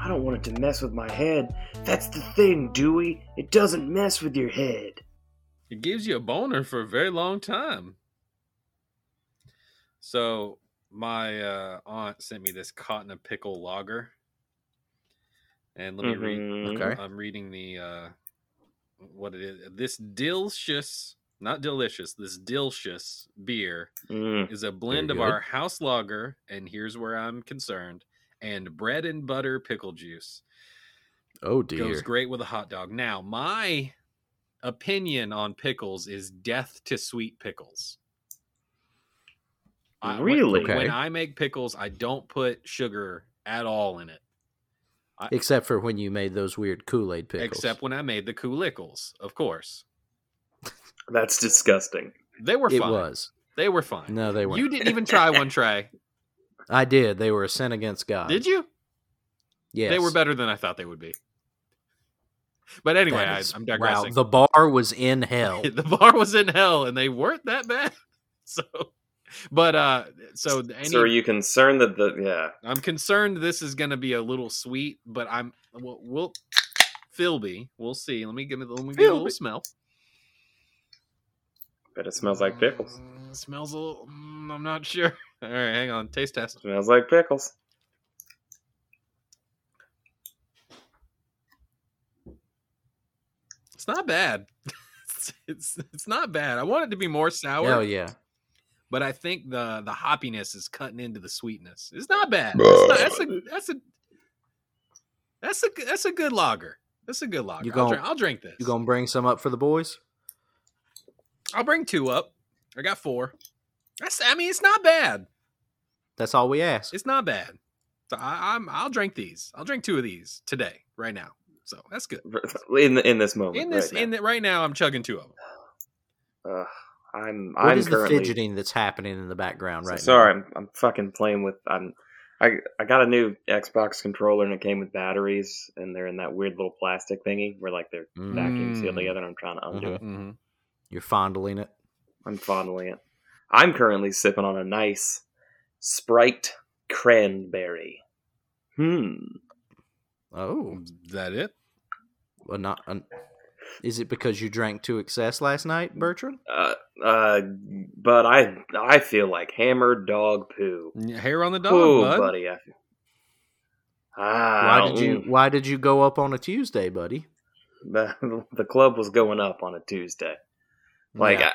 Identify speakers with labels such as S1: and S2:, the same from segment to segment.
S1: I don't want it to mess with my head. That's the thing, Dewey. It doesn't mess with your head.
S2: It gives you a boner for a very long time. So my uh, aunt sent me this caught in a pickle lager, and let me
S3: Mm-hmm.
S2: read.
S1: Mhm.
S4: Okay.
S2: I'm reading the uh, what it is. This delicious, not delicious. This delicious beer
S1: Mm.
S2: is a blend of
S4: good.
S2: our house lager, and here's where I'm concerned, and bread and butter pickle juice.
S4: Oh dear.
S2: Goes great with a hot dog. Now, my opinion on pickles is death to sweet pickles. I- when-
S1: Really?
S2: When,
S4: Okay.
S2: I make pickles, I don't put sugar at all in it,
S4: Except for when you made those weird Kool Aid pickles.
S2: except when I made the Kulickles, of course.
S1: That's disgusting.
S2: They were
S4: it
S2: fine.
S4: was.
S2: They were fine.
S4: No, they weren't.
S2: You didn't even try one, Trey.
S4: I did. They were a sin against God.
S2: Did you?
S4: Uh, Yes.
S2: They were better than I thought they would be. But anyway,
S4: That
S2: I,
S4: is-
S2: I'm
S4: Wow,
S2: digressing.
S4: the bar was in hell.
S2: the bar was in hell, and they weren't that bad. So, but uh, so any,
S3: So are you concerned that the yeah?
S2: I'm concerned this is going to be a little sweet, but I'm we'll, we'll Philby. We'll see. Let me give it. Let me give it a little
S4: Philby.
S2: smell.
S3: But it smells like pickles.
S2: Mm, smells a little. mm, I'm not sure. All right, hang on. Taste test.
S3: Smells like pickles.
S2: It's not bad. it's, it's it's not bad. I want it to be more sour,
S4: Hell yeah.
S2: but I think the the hoppiness is cutting into the sweetness. It's not bad. It's not- that's a that's a that's a that's a good lager. That's a good lager.
S4: You
S2: I'll,
S4: gon-
S2: drink, I'll drink this.
S4: You gonna bring some up for the boys?
S2: I'll bring two up. I got four. That's. I mean, it's not bad.
S4: That's all we ask.
S2: It's not bad. So I, I'm. I'll drink these. I'll drink two of these today, right now. So that's good.
S3: In the, in this moment.
S2: In this,
S3: right
S2: in the, right now, I'm chugging two of them.
S3: now. Ugh, I'm
S4: What
S3: I'm
S4: is
S3: currently
S4: the fidgeting that's happening in the background
S3: so
S4: right
S3: sorry.
S4: now?
S3: I'm I'm fucking playing with I'm. I, I got a new Xbox controller and it came with batteries and they're in that weird little plastic thingy where like they're vacuum sealed
S4: Mm.
S3: together and I'm trying to undo
S4: Uh-huh.
S3: it.
S2: Mm-hmm.
S4: You're fondling it.
S3: I'm fondling it. I'm currently sipping on a nice Sprite cranberry. Hmm.
S4: Oh,
S2: That it?
S4: well, not. an is it because you drank to excess last night, Bertrand?
S3: Uh, uh, but I I feel like hammered dog poo.
S2: Hair on the dog,
S3: Poo,
S2: bud.
S3: buddy. I, I
S4: Why did you
S3: don't-
S4: Why did you go up on a Tuesday, buddy?
S3: The, the club was going up on a Tuesday. Like,
S4: Yeah.
S3: I,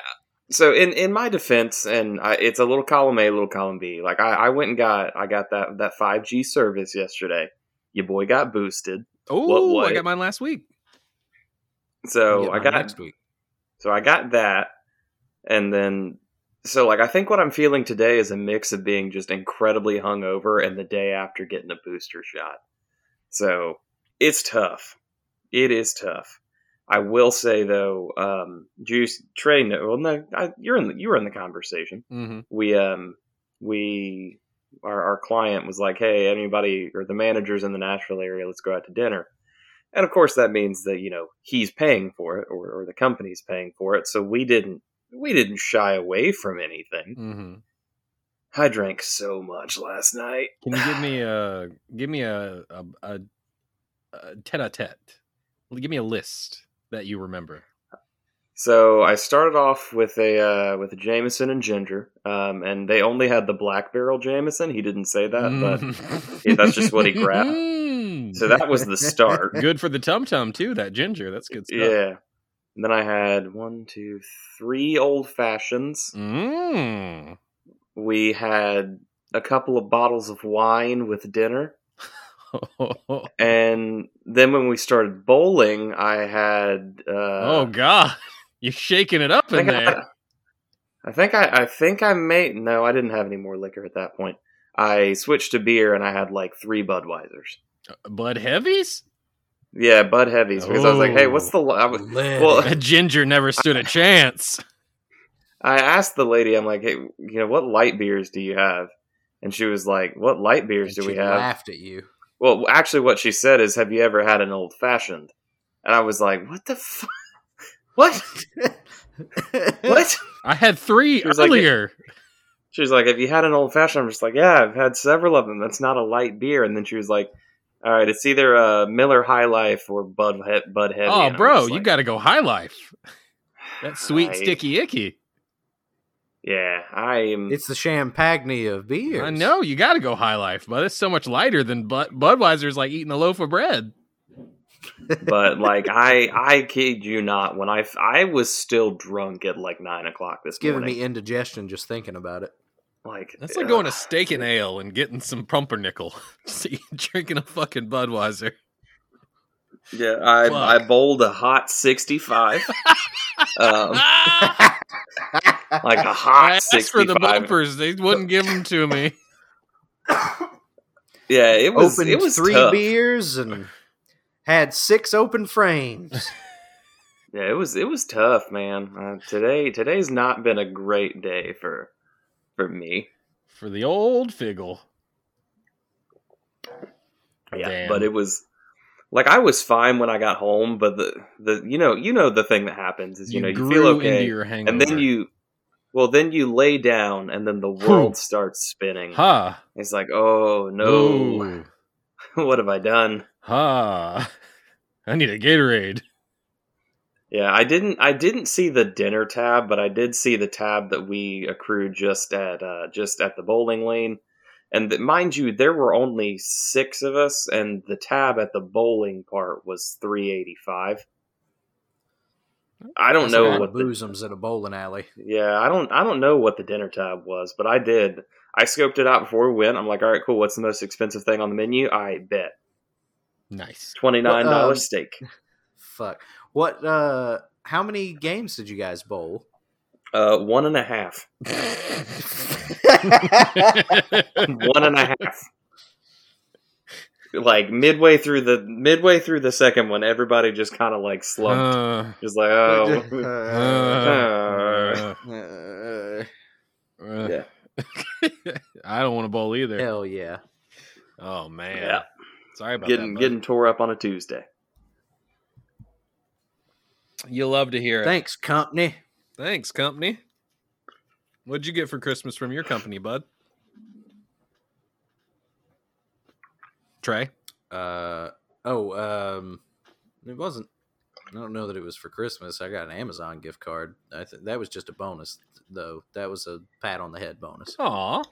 S3: so in in my defense, and I, it's a little column A, little column B. Like, I, I went and got I got that that five G service yesterday. Your boy got boosted,
S2: Oh,
S3: what-
S2: I got mine last week.
S3: so
S4: Get
S3: I
S4: mine
S3: got
S4: next week.
S3: So I got that, and then so like I think what I'm feeling today is a mix of being just incredibly hungover and the day after getting a booster shot. So it's tough. It is tough. I will say though, um, Juice Trey. No, well, no, I, you're in. The, you were in the conversation.
S2: Mm-hmm.
S3: We um we our, our client was like, hey, anybody or the managers in the Nashville area, let's go out to dinner. And of course, that means that you know he's paying for it, or, or the company's paying for it. So we didn't we didn't shy away from anything.
S2: Mm-hmm.
S3: I drank so much last night.
S2: Can you give me a give me a a, a, a tete a tete? Give me a list that you remember.
S3: So I started off with a uh, with a Jameson and ginger, um, and they only had the black barrel Jameson. He didn't say that, but
S2: Mm-hmm.
S3: yeah, that's just what he grabbed.
S2: grabbed.
S3: so that was the start.
S2: Mm. good for the tum tum too. That ginger, that's good stuff.
S3: Yeah. And then I had one, two, three old fashions.
S2: Mm.
S3: We had a couple of bottles of wine with dinner.
S2: oh
S3: And then when we started bowling, I had. Uh, oh,
S2: God, you're shaking it up in there.
S3: I think I, I think I made. No, I didn't have any more liquor at that point. I switched to beer and I had like three Budweisers.
S2: Bud heavies?
S3: Yeah, Bud Heavies because I was like, hey, what's the? I, was, well,
S2: That ginger never stood a chance.
S3: I asked the lady, I'm like, hey, you know, what light beers do you have? And she was like, what light beers do we have?
S5: Laughed at you.
S3: Well, actually, what she said is, have you ever had an old fashioned? And I was like, what the f- What? What?
S2: I had three
S3: She was like,
S2: earlier.
S3: She was like, have you had an old fashioned? I'm just like, yeah, I've had several of them. That's not a light beer. And then she was like, all right, it's either uh, Miller High Life or Bud, he- Bud Heavy.
S2: oh,
S3: And I'm
S2: bro,
S3: just
S2: you
S3: like,
S2: got to go high life. That sweet
S3: I-
S2: sticky icky.
S3: Yeah, I am.
S5: It's the champagne of beers.
S2: I know you got to go high life, but it's so much lighter than Bud- Budweiser's. Like eating a loaf of bread.
S3: but like I, I kid you not. When I, f- I was still drunk at like nine o'clock this
S5: It's giving
S3: morning.
S5: me indigestion just thinking about it.
S3: like
S2: That's like
S3: ugh.
S2: going to steak and ale and getting some pumpernickel. Just drinking a fucking Budweiser.
S3: Yeah, I
S2: Fuck.
S3: I bowled a hot sixty-five, um,
S2: Ah!
S3: like a
S2: I
S3: hot
S2: asked
S3: sixty-five.
S2: for the bumpers. They wouldn't give them to me.
S3: Yeah, it was
S5: Opened
S3: it was
S5: three
S3: tough.
S5: beers and had six open frames.
S3: Yeah, it was it was tough, man. Uh, today today's not been a great day for for me.
S2: For the old figgle.
S3: Yeah,
S2: Damn.
S3: but it was like I was fine when I got home, but the the you know you know the thing that happens is you, know you feel okay,
S2: into your hangover.
S3: and then you well then you lay down and then the world starts spinning.
S2: ha
S3: It's like oh no,
S2: no
S3: what have I done?
S2: ha. I need a Gatorade.
S3: Yeah, I didn't. I didn't see the dinner tab, but I did see the tab that we accrued just at uh, just at the bowling lane. And th- mind you, there were only six of us, and the tab at the bowling part was three eighty five. I don't
S5: That's a lot
S3: know
S5: of
S3: what the
S5: boozums at a bowling alley.
S3: yeah, I don't I don't know what the dinner tab was, but I did. I scoped it out before we went. I'm like, all right, cool. What's the most expensive thing on the menu? I bet
S2: Nice.
S3: twenty nine
S5: Well,
S3: dollar
S5: um,
S3: steak.
S5: Fuck. What? uh How many games did you guys bowl?
S3: Uh, one and a half. one and a half. Like midway through the midway through the second one, everybody just kind of like slumped.
S2: Uh,
S3: just like oh,
S2: uh,
S3: Uh.
S5: Uh,
S2: uh,
S3: Yeah.
S2: I don't want to bowl either.
S5: hell yeah.
S2: Oh man.
S3: Yeah.
S2: Sorry about
S3: getting
S2: that. bud.
S3: getting tore up on a Tuesday.
S2: You love to hear it.
S5: Thanks, company.
S2: Thanks, company. What'd you get for Christmas from your company, bud? Trey?
S5: Uh oh, um it wasn't I don't know that it was for Christmas. I got an Amazon gift card. I th- that was just a bonus though. That was a pat on the head bonus.
S2: Aw.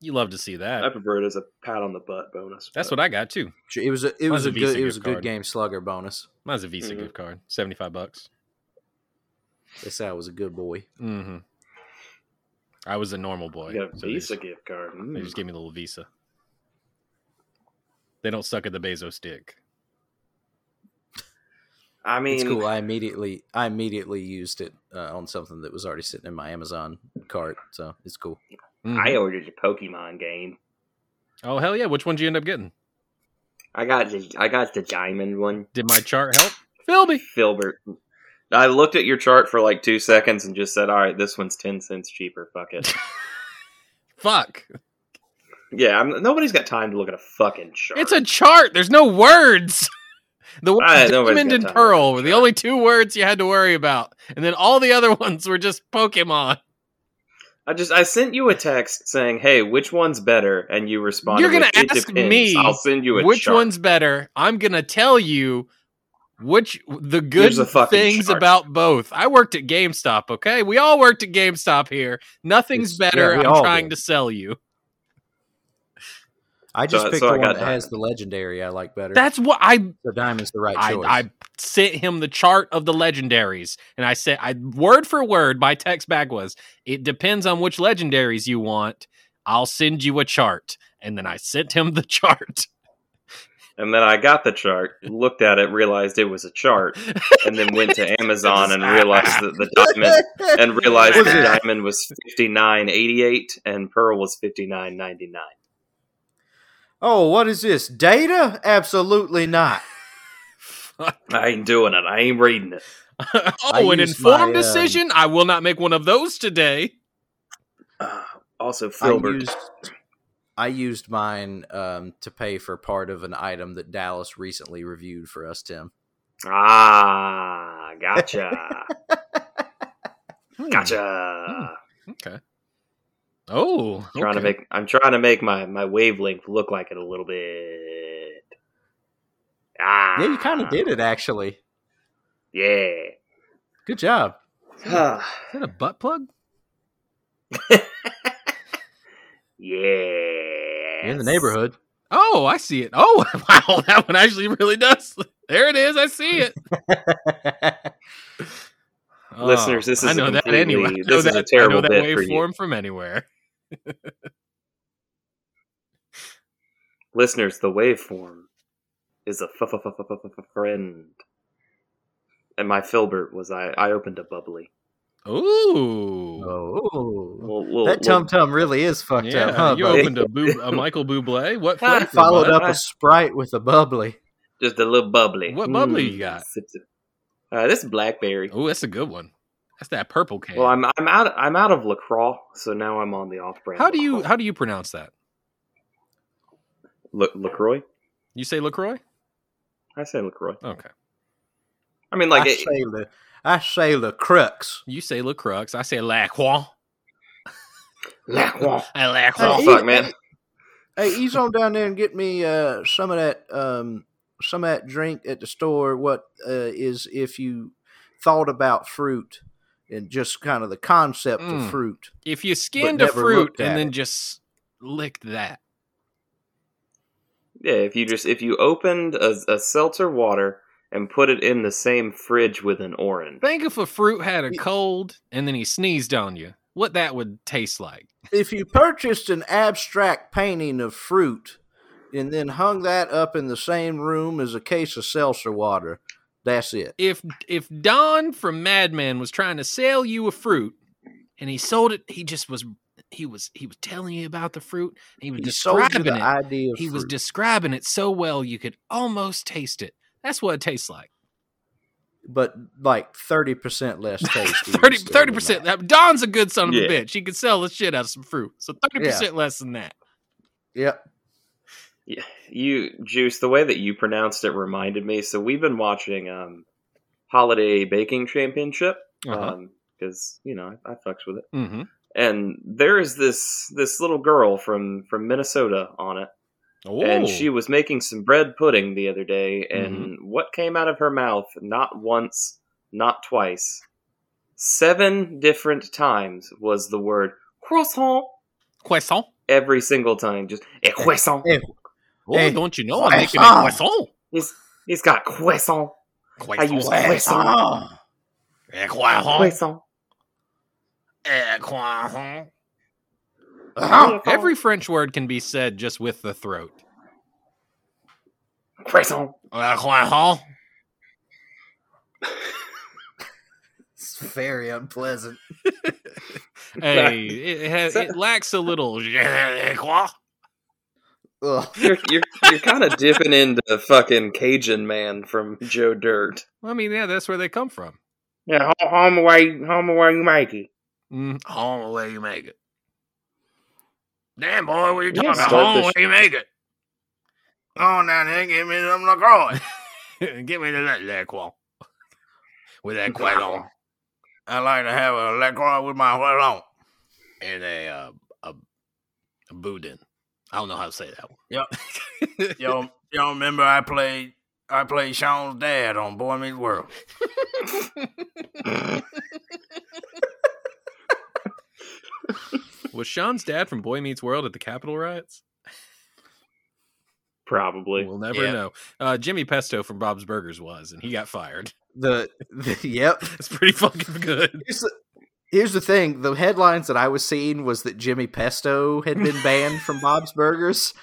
S2: You love to see that.
S3: I prefer it as a pat on the butt bonus.
S2: That's
S3: but-
S2: what I got too.
S5: It was a it
S2: Mine's
S5: was
S2: a
S5: a,
S2: Visa
S5: good it was a
S2: gift
S5: good
S2: card.
S5: game slugger bonus.
S2: Mine's a Visa
S3: Mhm.
S2: gift card, seventy five bucks.
S5: They say I was a good boy.
S2: Mm-hmm. I was a normal boy.
S3: You got a
S2: so they
S3: Visa
S2: just-
S3: gift card.
S2: They
S3: Mm.
S2: just gave me a little Visa. They don't suck at the Bezos stick.
S3: I mean,
S5: it's cool. I immediately I immediately used it uh, on something that was already sitting in my Amazon cart, so it's cool.
S3: I ordered a Pokemon game.
S2: Mm-hmm. oh hell yeah! Which one did you end up getting?
S3: I got the I got the diamond one.
S2: Did my chart help? Philby.
S3: Filbert. I looked at your chart for like two seconds and just said, "All right, this one's ten cents cheaper. Fuck it."
S2: Fuck.
S3: yeah, I'm, nobody's got time to look at a fucking chart.
S2: It's a chart. There's no words. The words
S3: Ah, nobody's
S2: diamond
S3: got
S2: and
S3: time.
S2: pearl were the only two words you had to worry about, and then all the other ones were just Pokemon.
S3: I just I sent you a text saying, "Hey, which one's better?" And you responded,
S2: You're gonna
S3: with, "It
S2: ask
S3: depends.
S2: me
S3: I'll send you a
S2: which
S3: chart."
S2: one's better i'm gonna tell you which the good
S3: Here's a fucking
S2: things
S3: chart.
S2: about both i worked at gamestop okay we all worked at gamestop here nothing's
S5: It's-
S2: better
S5: yeah, we
S2: i'm
S5: all
S2: trying
S5: did.
S2: to sell you
S5: I just
S3: So-
S5: picked
S3: so
S5: the
S3: I
S5: one
S3: got
S5: that has the legendary I like better.
S2: that's what i
S5: so diamond's the right
S2: I,
S5: choice.
S2: I sent him the chart of the legendaries and i said i word for word my text back was it depends on which legendaries you want i'll send you a chart and then i sent him the chart
S3: And then I got the chart, looked at it, realized it was a chart, and then went to Amazon and realized that the diamond and realized
S5: Was
S3: the
S5: it-
S3: diamond was fifty nine eighty eight and pearl was fifty nine ninety nine.
S5: Oh, what is this? Data? Absolutely not.
S2: Fuck.
S3: I ain't doing it. I ain't reading it.
S2: oh, an
S5: used
S2: informed
S5: my, um,
S2: decision. I will not make one of those today.
S3: Uh, also,
S5: I
S3: Filbert.
S5: used, I used mine um, to pay for part of an item that Dallas recently reviewed for us, Tim.
S3: Ah, gotcha.
S2: Hmm.
S3: gotcha.
S2: Okay. Oh,
S3: Trying to
S2: okay.
S3: make I'm trying to make my my wavelength look like it a little bit. Ah.
S5: Yeah, you kind of did it, actually.
S3: Yeah.
S5: Good job.
S2: Is that a butt plug?
S3: yeah.
S5: You're in the neighborhood.
S2: Oh, I see it. Oh, wow, that one actually really does. There it is. I see it. Oh,
S3: Listeners, this
S2: I
S3: is a
S2: know that
S3: completely-
S2: anyway. I
S3: this
S2: know
S3: is a
S2: that,
S3: terrible
S2: I know that
S3: bit for you.
S2: waveform from anywhere.
S3: Listeners, the waveform is a f- f- f- f- f- f- friend. And my Filbert was I I opened a bubbly.
S2: Ooh,
S5: oh,
S3: Little- little-
S5: that tum tum really is fucked
S2: yeah.
S5: up, huh?
S2: you
S5: buddy?
S2: opened a, boob, a Michael Bublé. What
S3: Ah,
S2: flavor?
S5: Followed
S2: bud?
S5: up a sprite with a bubbly.
S3: just a little bubbly.
S2: What bubbly you got?
S3: Sip, sip. Uh, this is blackberry.
S2: Oh, that's a good one. That's that purple can.
S3: Well, I'm I'm out I'm out of Lacroix, so now I'm on the off-brand.
S2: how do you how do you pronounce that?
S3: La- Lacroix?
S2: You say Lacroix?
S3: I say Lacroix.
S2: Okay.
S3: I mean, like
S5: I,
S3: it,
S5: say the, I say the crux.
S2: You say Lacroix. I say Lacroix.
S3: Lacroix.
S2: I
S3: Oh
S2: Lacroix.
S5: Hey,
S3: fuck, man!
S5: Hey, ease on down there and get me uh, some of that um, some of that drink at the store. What uh, is if you thought about fruit and just kind of the concept
S2: Mm.
S5: of fruit?
S2: If you skinned
S5: But
S2: a
S5: never
S2: fruit
S5: looked
S2: and
S5: at
S2: then just licked that.
S3: Yeah, if you just if you opened a, a seltzer water and put it in the same fridge with an orange,
S2: Think if a fruit had a
S5: Y-
S2: cold and then he sneezed on you. What that would taste like.
S5: If you purchased an abstract painting of fruit and then hung that up in the same room as a case of seltzer water, that's it.
S2: If if Don from Mad Men was trying to sell you a fruit and he sold it, he just was he was he was telling you about the fruit. and he was
S5: He sold you
S2: describing
S5: the
S2: it.
S5: idea of
S2: He was
S5: fruit.
S2: describing it so well you could almost taste it. That's what it tastes like.
S5: but like thirty percent less tasty.
S2: 30 percent. That Don's a good son of
S3: Yeah.
S2: a bitch. He could sell the shit out of some fruit. So thirty percent less than that.
S5: Yep.
S3: Yeah, you juice the way that you pronounced it reminded me. So we've been watching um, Holiday Baking Championship because
S2: Uh-huh.
S3: you know I, I fucks with it.
S2: Mm-hmm.
S3: And there is this this little girl from from Minnesota on it,
S2: Oh,
S3: and she was making some bread pudding the other day.
S2: Mm-hmm.
S3: And what came out of her mouth? Not once, not twice, seven different times was the word croissant.
S2: croissant.
S3: Every single time, just a croissant.
S5: Eh,
S2: Oh,
S5: Hey,
S2: don't you know I'm making a croissant?
S5: croissant.
S3: He's he's got croissant. I use
S2: Croissant.
S3: croissant.
S2: Eh, Croissant.
S3: Croissant.
S2: Eh, croissant. Ah,
S5: Uh-huh.
S2: Every French word can be said just with the throat.
S3: croissant.
S2: Eh, Croissant.
S5: It's very unpleasant.
S2: Hey, it, has, it lacks a little. eh, croix.
S5: Ugh.
S3: You're you're, you're kind of dipping into fucking Cajun man from Joe Dirt.
S2: I mean, yeah, that's where they come from.
S6: Yeah, ho- home away, home away, you make it.
S2: Mm, home way you make it. Damn boy, what are you
S3: Yeah,
S2: talking about?
S3: start
S2: Home
S3: this-
S2: way you make it.
S5: Oh, now then, give me some LaCroix.
S2: Give me the Lacroix. With that
S3: Croissant.
S5: I like to have a LaCroix with my white on.
S2: and a uh, a, a boudin. I don't know how to say that one.
S5: Y'all, y'all remember I played I played Sean's dad on Boy Meets World.
S2: Was Sean's dad from Boy Meets World at the Capitol riots?
S3: Probably.
S2: We'll never
S5: Yeah.
S2: know. Uh, Jimmy Pesto from Bob's Burgers was, and he got fired.
S5: The, the yep.
S2: It's pretty fucking good.
S5: Here's the, here's the thing. The headlines that I was seeing was that Jimmy Pesto had been banned from Bob's Burgers,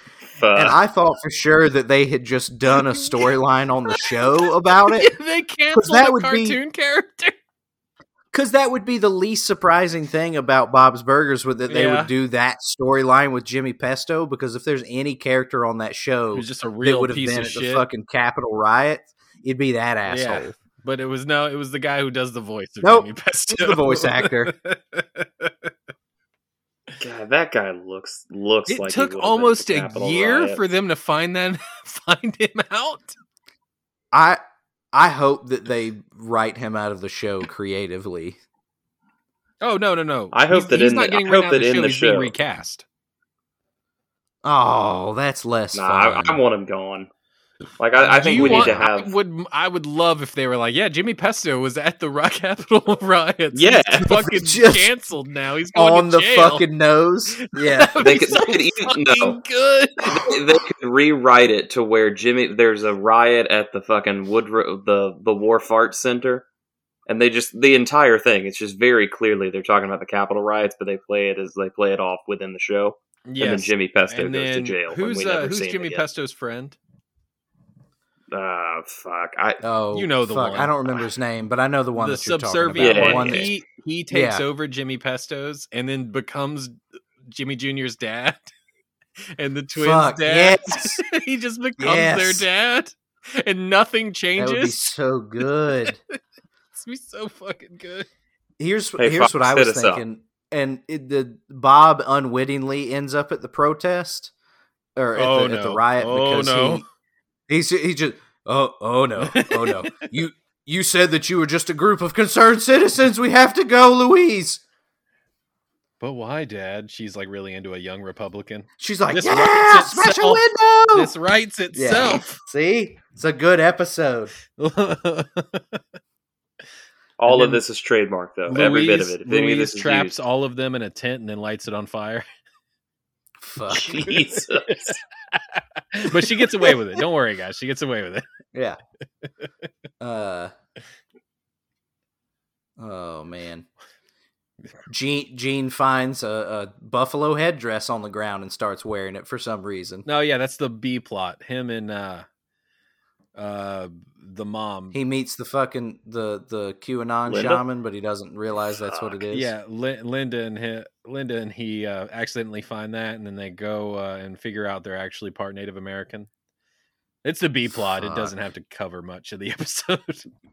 S2: Uh.
S5: and
S3: Fuck.
S5: I thought for sure that they had just done a storyline on the show about it.
S2: they canceled
S5: that
S2: the
S5: would be-
S2: cartoon character.
S5: Because that would be the least surprising thing about Bob's Burgers, would that they
S2: Yeah.
S5: would do that storyline with Jimmy Pesto. Because if there's any character on that
S2: It
S5: show
S2: was just a
S5: that
S2: real
S5: would have
S2: piece
S5: Oh, been
S2: of
S5: at the
S2: shit.
S5: fucking Capitol riot, It'd be that asshole.
S2: Yeah. But it was no, it was the guy who does the voice of
S5: Nope.
S2: Jimmy Pesto.
S5: He's the voice actor.
S3: God, that guy looks looks
S2: it
S3: like he
S2: took
S3: would've been at the
S2: almost a
S3: Capitol
S2: year
S3: riot.
S2: for them to find that find him out.
S5: I I hope that they write him out of the show creatively.
S2: Oh no, no, no.
S3: I hope
S2: he's,
S3: that
S2: he's
S3: in
S2: not
S3: the-
S2: getting
S3: I
S2: written
S3: hope
S2: out of
S3: that
S2: the
S3: in
S2: show,
S3: the
S2: he's being
S3: show.
S2: recast.
S5: Oh, that's less
S3: Nah, I,
S5: fun.
S3: I want him gone. Like I, I
S2: Do
S3: think
S2: you
S3: we
S2: want-
S3: need to
S2: I
S3: have.
S2: would I would love if they were like, yeah, Jimmy Pesto was at the Rock Capital riots.
S3: Yeah.
S2: He's fucking
S5: Just
S2: canceled now. He's going
S5: on
S2: to
S5: the
S2: jail.
S5: fucking nose. Yeah.
S2: That would
S3: They
S2: be
S3: could-
S2: so
S3: they could even-
S2: fucking
S3: no.
S2: good.
S3: They, they could rewrite it to where Jimmy. There's a riot at the fucking Woodrow the the Wharf Arts Center, and they just the entire thing. It's just very clearly they're talking about the Capitol riots, but they play it as they play it off within the show. And then
S2: Yes.
S3: Jimmy Pesto
S2: And
S3: goes to
S2: then
S3: jail. and
S2: Who's
S3: we never
S2: uh, who's
S3: see him
S2: Jimmy
S3: again.
S2: Pesto's friend?
S3: Ah, fuck. I
S5: Oh,
S2: You know the
S5: fuck,
S2: one.
S5: I don't remember his name, but I know the one
S2: the
S5: that you're
S2: subservient
S5: talking about.
S3: Yeah,
S2: one.
S3: yeah,
S5: that-
S3: yeah.
S2: He he takes
S5: Yeah.
S2: over Jimmy Pesto's and then becomes Jimmy Junior's dad, and the twins'
S5: Fuck,
S2: dad.
S5: yes.
S2: he just becomes
S5: Yes.
S2: their dad, and nothing
S5: that would be
S2: changes.
S5: so good.
S2: It's be so fucking good.
S5: Here's
S3: Hey,
S5: here's
S3: Fox,
S5: what I
S3: hit
S5: was
S3: us up.
S5: thinking, and it, the Bob unwittingly ends up at the protest or at,
S2: Oh,
S5: the, at the
S2: no.
S5: riot
S2: Oh,
S5: because
S2: no.
S5: he he's he just oh oh no oh no you you said that you were just a group of concerned citizens. We have to go, Louise.
S2: But why, Dad? She's like really into a young Republican.
S5: She's like,
S2: This
S5: yeah,
S2: writes
S5: smash a
S2: itself.
S5: window.
S2: This writes itself.
S5: See, it's a good episode.
S3: all
S2: And
S3: of
S2: then
S3: this is trademark though.
S2: Louise,
S3: Every bit of it. If any
S2: Louise
S3: of this is
S2: traps
S3: used-
S2: all of them in a tent and then lights it on fire.
S5: Fuck
S3: Jesus.
S2: but she gets away with it. Don't worry, guys. She gets away with it.
S5: yeah. Uh. Oh man. Gene Gene finds a, a buffalo headdress on the ground and starts wearing it for some reason.
S2: No, yeah, that's the B plot. Him and uh uh the mom.
S5: He meets the fucking the the QAnon
S3: Linda?
S5: shaman, but he doesn't realize that's what it is.
S2: yeah, Lin- Linda and he, Linda and he uh, accidentally find that, and then they go uh, and figure out they're actually part Native American. It's the B plot. It doesn't
S5: Fuck.
S2: have to cover much of the episode.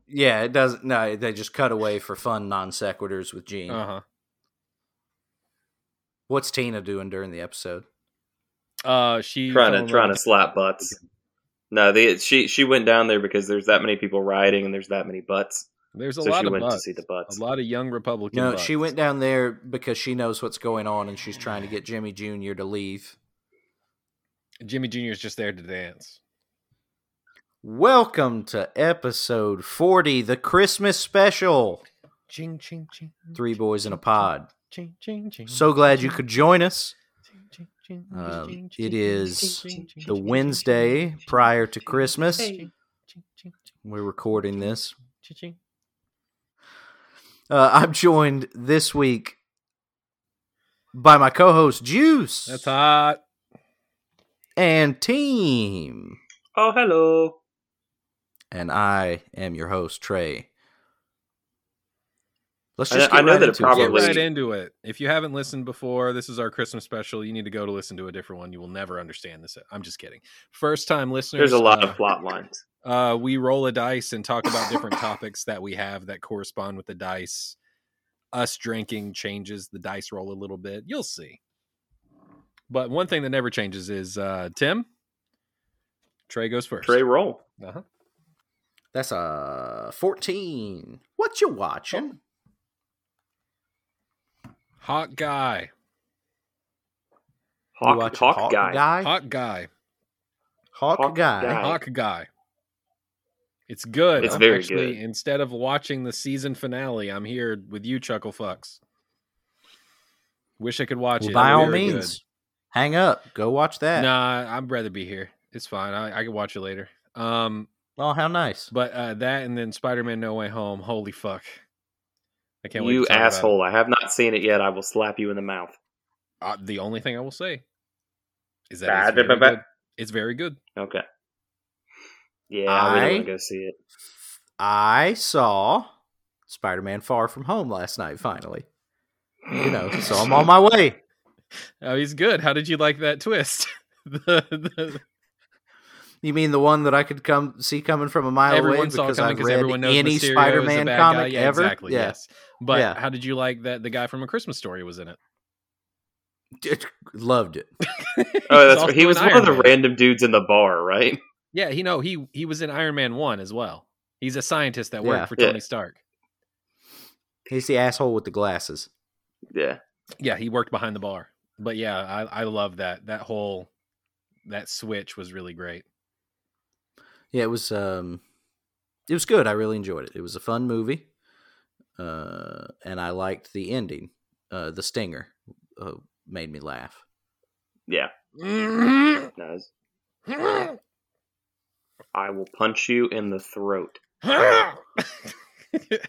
S5: yeah. It doesn't. No, they just cut away for fun non sequiturs with Gene.
S2: uh
S5: What's Tina doing during the episode?
S2: huh. Uh, she
S3: trying
S2: fell in
S3: to trying
S2: love-
S3: to slap butts. No, they she she went down there because there's that many people rioting and there's that many butts.
S2: There's a
S3: so
S2: lot
S3: she
S2: of
S3: went
S2: butts.
S3: to see the butts.
S2: A lot of young Republican.
S5: No,
S2: butts.
S5: she went down there because she knows what's going on and she's trying to get Jimmy Jr. to leave.
S2: Jimmy Jr. is just there to dance.
S5: Welcome to episode 40, the Christmas special.
S2: Ching ching ching.
S5: Three boys in a pod.
S2: Ching ching ching.
S5: So glad you could join us.
S2: Ching, ching, ching,
S5: Um,
S2: ching,
S5: it
S2: ching,
S5: is
S2: ching, ching,
S5: The
S2: ching,
S5: Wednesday
S2: ching,
S5: prior to
S2: ching,
S5: Christmas.
S2: ching, ching, ching,
S5: We're recording this.
S2: ching, ching.
S5: Uh, I'm joined this week by my co host, Juice,
S2: That's hot.
S5: and Team.
S3: Oh hello.
S5: And I am your host, Trey. Let's
S3: I-
S5: just
S3: I
S5: get
S3: know
S5: right
S3: that it
S5: into
S2: Get
S3: probably-
S2: right into it. If you haven't listened before, this is our Christmas special. You need to go to listen to a different one. You will never understand this. I'm just kidding. First time listeners.
S3: There's a lot
S2: uh,
S3: of plot lines.
S2: uh, we roll a dice and talk about different topics that we have that correspond with the dice. Us drinking changes the dice roll a little bit. You'll see. But one thing that never changes is uh, Tim. Trey goes first.
S3: Trey roll.
S2: Uh-huh.
S5: That's a 14. What you watching?
S2: Hot guy.
S5: you
S3: Hawk,
S5: watching
S3: Hawk, guy.
S2: Hot guy.
S5: Hawk,
S3: Hawk
S5: guy.
S3: guy.
S2: Hawk guy. It's good.
S3: It's
S2: I'm
S3: very
S2: actually,
S3: good.
S2: Instead of watching the season finale, I'm here with you, Chuckle Fucks. Wish I could watch
S5: Well,
S2: it.
S5: by
S2: It's
S5: all
S2: very good.
S5: means, hang up. Go watch that.
S2: Nah, I'd rather be here. It's fine. I, I can watch it later. Um,
S5: Oh, how nice.
S2: but uh, that and then Spider Man No Way Home. Holy fuck! I can't wait.
S3: You
S2: to talk about it.
S3: asshole. I have not seen it yet. I will slap you in the mouth.
S2: Uh, the only thing I will say is that
S3: Bad,
S2: it's, very
S3: bad, bad.
S2: good. it's very good.
S3: Okay. Yeah, I, really
S5: I-
S3: want to go see it.
S5: I saw Spider Man Far From Home last night, finally. You know, so I'm on my way.
S2: Oh, he's good. How did you like that twist? the, the,
S5: You mean the one that I could come see coming from a mile
S2: everyone
S5: away
S2: saw
S5: because
S2: it coming
S5: I've
S2: because
S5: read
S2: everyone knows
S5: any
S2: Mysterio is a
S5: Spider-Man
S2: bad
S5: comic
S2: guy. Yeah,
S5: ever?
S2: Exactly.
S5: Yeah.
S2: Yes. But
S5: Yeah.
S2: how did you like that the guy from A Christmas Story was in it?
S5: Loved it.
S2: was
S3: Oh, that's
S2: also
S3: right. He
S2: in
S3: was one
S2: Iron
S3: of the
S2: Man.
S3: random dudes in the bar, right?
S2: Yeah, he no, he he was in Iron Man 1 as well. He's a scientist that
S5: Yeah.
S2: worked for
S3: Yeah.
S2: Tony Stark.
S5: He's the asshole with the glasses.
S3: Yeah.
S2: Yeah, he worked behind the bar. But yeah, I I love that that whole that switch was really great.
S5: Yeah, it was um it was good. I really enjoyed it. It was a fun movie. Uh and I liked the ending. Uh the stinger uh, made me laugh.
S3: Yeah. No, I will punch you in the throat.
S2: I'm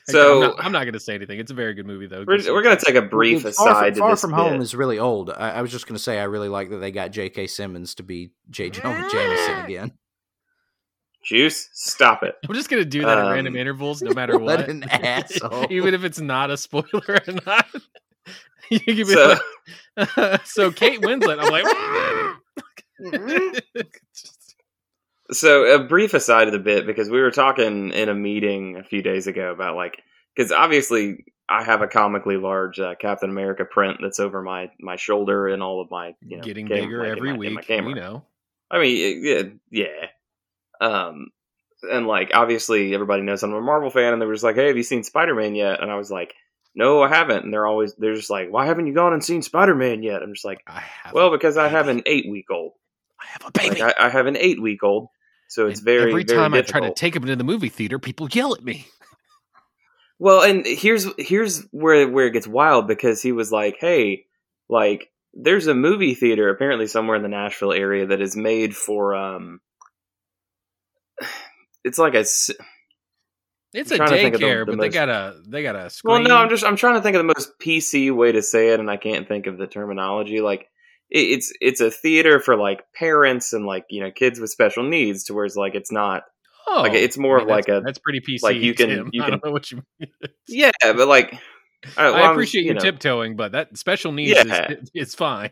S3: So-
S2: not, I'm not going to say anything. It's a very good movie though.
S3: We're,
S2: Just-
S3: we're going to take a brief
S5: It's far,
S3: aside.
S5: from, far
S3: to this
S5: from home
S3: bit.
S5: is really old. I, I was just gonna say I really like that they got J.K. Simmons to be J. Jonah Jameson again.
S3: Juice, stop it.
S2: I'm just gonna do that at random
S3: Um,
S2: intervals, no matter
S5: What
S2: what.
S5: an asshole.
S2: Even if it's not a spoiler or not. you can be
S3: So-
S2: like, so Kate Winslet. I'm like, Just-
S3: So, a brief aside of the bit because we were talking in a meeting a few days ago about like because obviously I have a comically large uh, Captain America print that's over my my shoulder and all of my you know,
S2: getting
S3: cam-
S2: bigger
S3: like, in
S2: every
S3: my- in my
S2: week.
S3: camera.
S2: You know,
S3: I mean, it- yeah, yeah. Um, and like obviously everybody knows I'm a Marvel fan, and they were just like, "Hey, have you seen Spider Man yet?" And I was like, "No, I haven't." And they're always they're just like, "Why haven't you gone and seen Spider Man yet?" I'm just like,
S2: I have.
S3: "Well,
S2: a
S3: because I have
S2: baby.
S3: an eight week old.
S2: I have a
S3: Like
S2: baby.
S3: I, I have an eight week old, so it's
S2: And
S3: very
S2: Every
S3: very
S2: time I try to
S3: difficult.
S2: take him into the movie theater, people yell at me.
S3: Well, and here's here's where where it gets wild because he was like, "Hey, like there's a movie theater apparently somewhere in the Nashville area that is made for um it's like a s-
S2: It's
S3: I'm
S2: a
S3: trying to think of the-
S2: daycare,
S3: the
S2: but they
S3: most-
S2: got a they got a screen.
S3: Well, no, I'm just I'm trying to think of the most PC way to say it and I can't think of the terminology like it, it's it's a theater for like parents and like, you know, kids with special needs to where it's like it's not
S2: Oh,
S3: like, it's more
S2: I
S3: of
S2: mean,
S3: like
S2: that's-
S3: a-
S2: that's pretty PC.
S3: like, you can-
S2: Tim.
S3: you
S2: I
S3: can-
S2: don't know what you mean.
S3: Yeah, but like uh, I,
S2: I appreciate you,
S3: know.
S2: tiptoeing, but that special needs
S3: Yeah.
S2: is it's fine.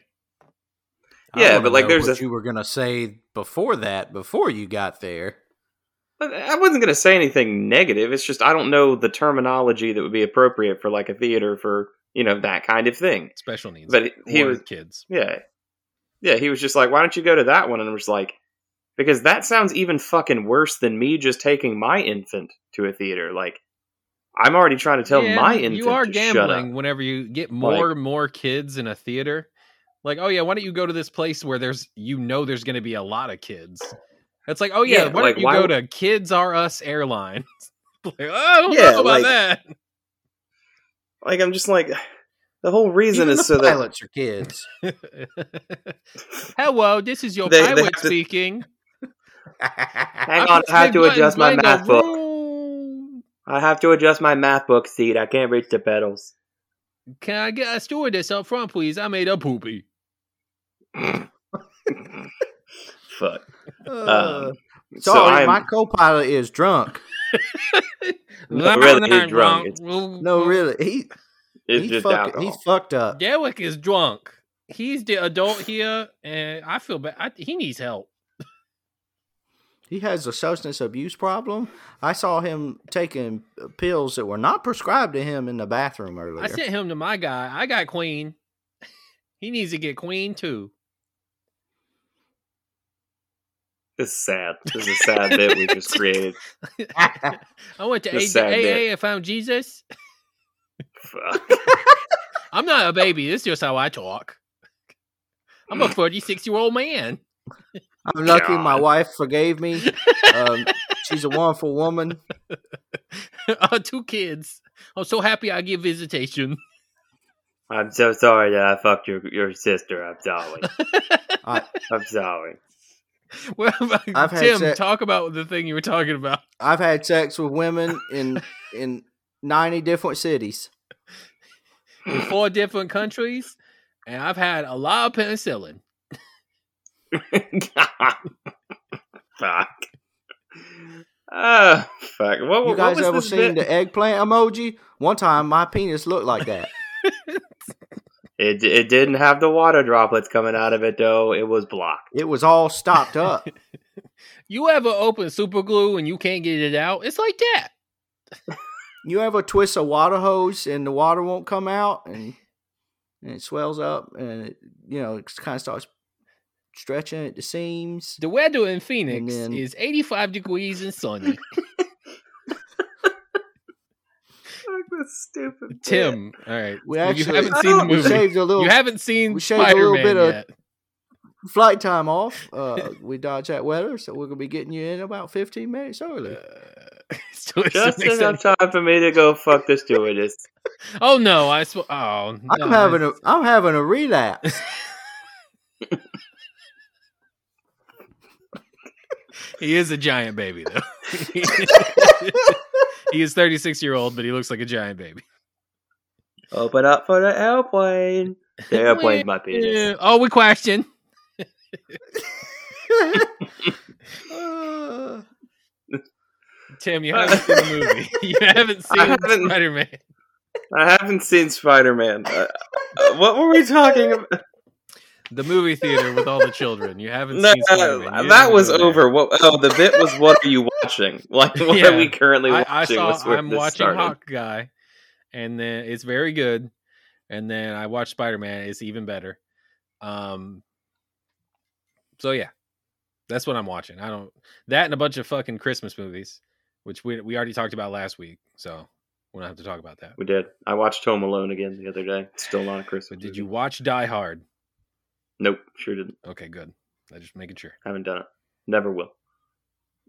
S5: I
S3: Yeah,
S5: wanna
S3: but, like,
S5: know
S3: there's
S5: what
S3: a-
S5: you were gonna say before that, before you got there.
S3: But I wasn't going to say anything negative. It's just I don't know the terminology that would be appropriate for like a theater for you know that kind of thing.
S2: Special needs.
S3: But he
S2: or
S3: was,
S2: kids.
S3: yeah, yeah. He was just like, why don't you go to that one? And I was like, because that sounds even fucking worse than me just taking my infant to a theater. Like I'm already trying to tell
S2: Yeah,
S3: my infant
S2: you are
S3: to
S2: gambling
S3: shut up.
S2: whenever you get more and more kids in a theater. Like, oh yeah, why don't you go to this place where there's you know there's going to be a lot of kids? It's like, oh yeah,
S3: Yeah,
S2: why
S3: like,
S2: don't you
S3: why
S2: go
S3: would-
S2: to Kids Are Us Airlines? like, oh, I don't
S3: Yeah,
S2: know about
S3: like,
S2: that.
S3: Like I'm just like the whole reason
S5: Even the
S3: is so that
S5: pilots are kids.
S2: Hello, this is your
S3: They- they
S2: pilot
S3: have to-
S2: speaking.
S3: hang on, I have to adjust my math book.
S2: book.
S3: I have to adjust my math book seat. I can't reach the pedals.
S2: Can I get a stewardess up front, please? I made a poopy.
S3: Fuck.
S5: Uh,
S3: Um, so
S5: sorry,
S3: I'm-
S5: my co-pilot is drunk.
S3: No, really, he's drunk. It's-
S2: No,
S5: No,
S3: Mm-hmm.
S5: really, he
S3: It's
S5: he
S3: just
S5: fuck,
S3: alcohol.
S5: he's fucked
S3: Uh,
S5: up.
S2: Derek is drunk. He's the adult here, and I feel bad. I, he needs help.
S5: He has a substance abuse problem. I saw him taking pills that were not prescribed to him in the bathroom earlier.
S2: I sent him to my guy. I got Queen. He needs to get Queen too.
S3: This is sad. This is a sad bit we just created.
S2: I went to
S3: The
S2: A-
S3: sad
S2: AA
S3: bit.
S2: and found Jesus.
S3: Fuck.
S2: I'm not a baby. This is just how I talk. I'm a 46 year old man.
S5: I'm lucky my
S3: God.
S5: wife forgave me. Um, she's a wonderful woman.
S2: Uh, Two kids. I'm so happy I get visitation.
S3: I'm so sorry that I fucked your your sister. I'm sorry.
S5: I,
S3: I'm sorry.
S2: Well, uh,
S5: I've had
S2: Tim,
S5: sex-
S2: talk about the thing you were talking about.
S5: I've had sex with women in in 90 different cities.
S2: in four different countries, and I've had a lot of penicillin.
S3: fuck. Oh, fuck. What,
S5: You
S3: what
S5: guys
S3: was
S5: ever
S3: this bit?
S5: seen the eggplant emoji? One time, my penis looked like that.
S3: It, it didn't have the water droplets coming out of it, though. It was blocked.
S5: It was all stopped up.
S2: You ever open super glue and you can't get it out? It's like that.
S5: You ever twist a water hose and the water won't come out and, and it swells up and it, you know, it kind of starts stretching at the seams.
S2: The weather in Phoenix
S5: then-
S2: is 85 degrees and sunny.
S3: Fuck this stupid bit.
S2: Tim, all right.
S5: We
S2: If
S5: actually
S2: you haven't
S3: I
S2: seen the
S3: don't-
S5: we
S2: movie.
S5: saved a little
S2: you haven't seen
S5: we shaved a little
S2: Spider Man
S5: bit of-
S2: yet.
S5: flight time off. Uh, we dodged that weather, so we're gonna be getting you in about 15 minutes early.
S2: Uh, so it's-
S3: Just
S2: it makes
S3: enough
S2: sense.
S3: time for me to go fuck this stewardess.
S2: oh no! I sw- oh,
S5: I'm
S2: no,
S5: having
S2: I-
S5: a I'm having a relapse.
S2: He is a giant baby though. he is 36 year old, but he looks like a giant baby.
S3: Open up for the airplane. The airplane's my penis.
S2: Yeah. Oh, we question.
S5: Uh,
S2: Tim, you haven't seen the movie. You haven't seen
S3: I haven't-
S2: Spider Man.
S3: I haven't seen Spider Man. Uh, uh, what were we talking about?
S2: The movie theater with all the children. You haven't
S3: No, uh,
S2: seen Spider Man.
S3: that was over. What, oh, the bit was what are you watching? Like, what
S2: Yeah.
S3: are we currently
S2: I,
S3: watching?
S2: I saw.
S3: was where
S2: I'm
S3: this
S2: watching
S3: started.
S2: Hawk Guy, and then it's very good. And then I watched Spider Man. It's even better. Um. So yeah, that's what I'm watching. I don't that and a bunch of fucking Christmas movies, which we we already talked about last week. So we don't have to talk about that.
S3: We did. I watched Home Alone again the other day. Still not a Christmas.
S2: But did
S3: movie.
S2: you watch Die Hard?
S3: Nope. Sure didn't.
S2: Okay, good. I just making sure.
S3: Haven't done it. Never will.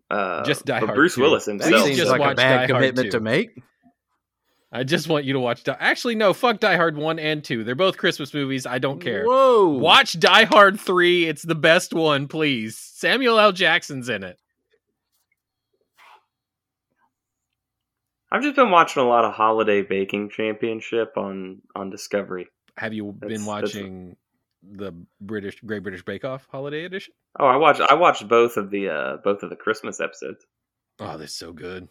S3: Uh,
S2: Just Die
S3: but
S2: Hard
S3: Bruce
S2: 2.
S3: Willis
S5: that
S2: Please
S3: himself.
S5: seems
S2: just
S5: like a
S2: watch Die
S5: bad
S2: Hard
S5: commitment
S2: 2.
S5: to make.
S2: I just want you to watch. Die- Actually, no. Fuck Die Hard one and two. They're both Christmas movies. I don't care.
S5: Whoa!
S2: Watch Die Hard 3. It's the best one, please. Samuel L. Jackson's in it.
S3: I've just been watching a lot of Holiday Baking Championship on on Discovery.
S2: Have you
S3: That's- that's-
S2: been watching the British Great British Bake Off holiday edition?
S3: Oh, I watched I watched both of the uh both of the Christmas episodes.
S2: Oh, that's so good.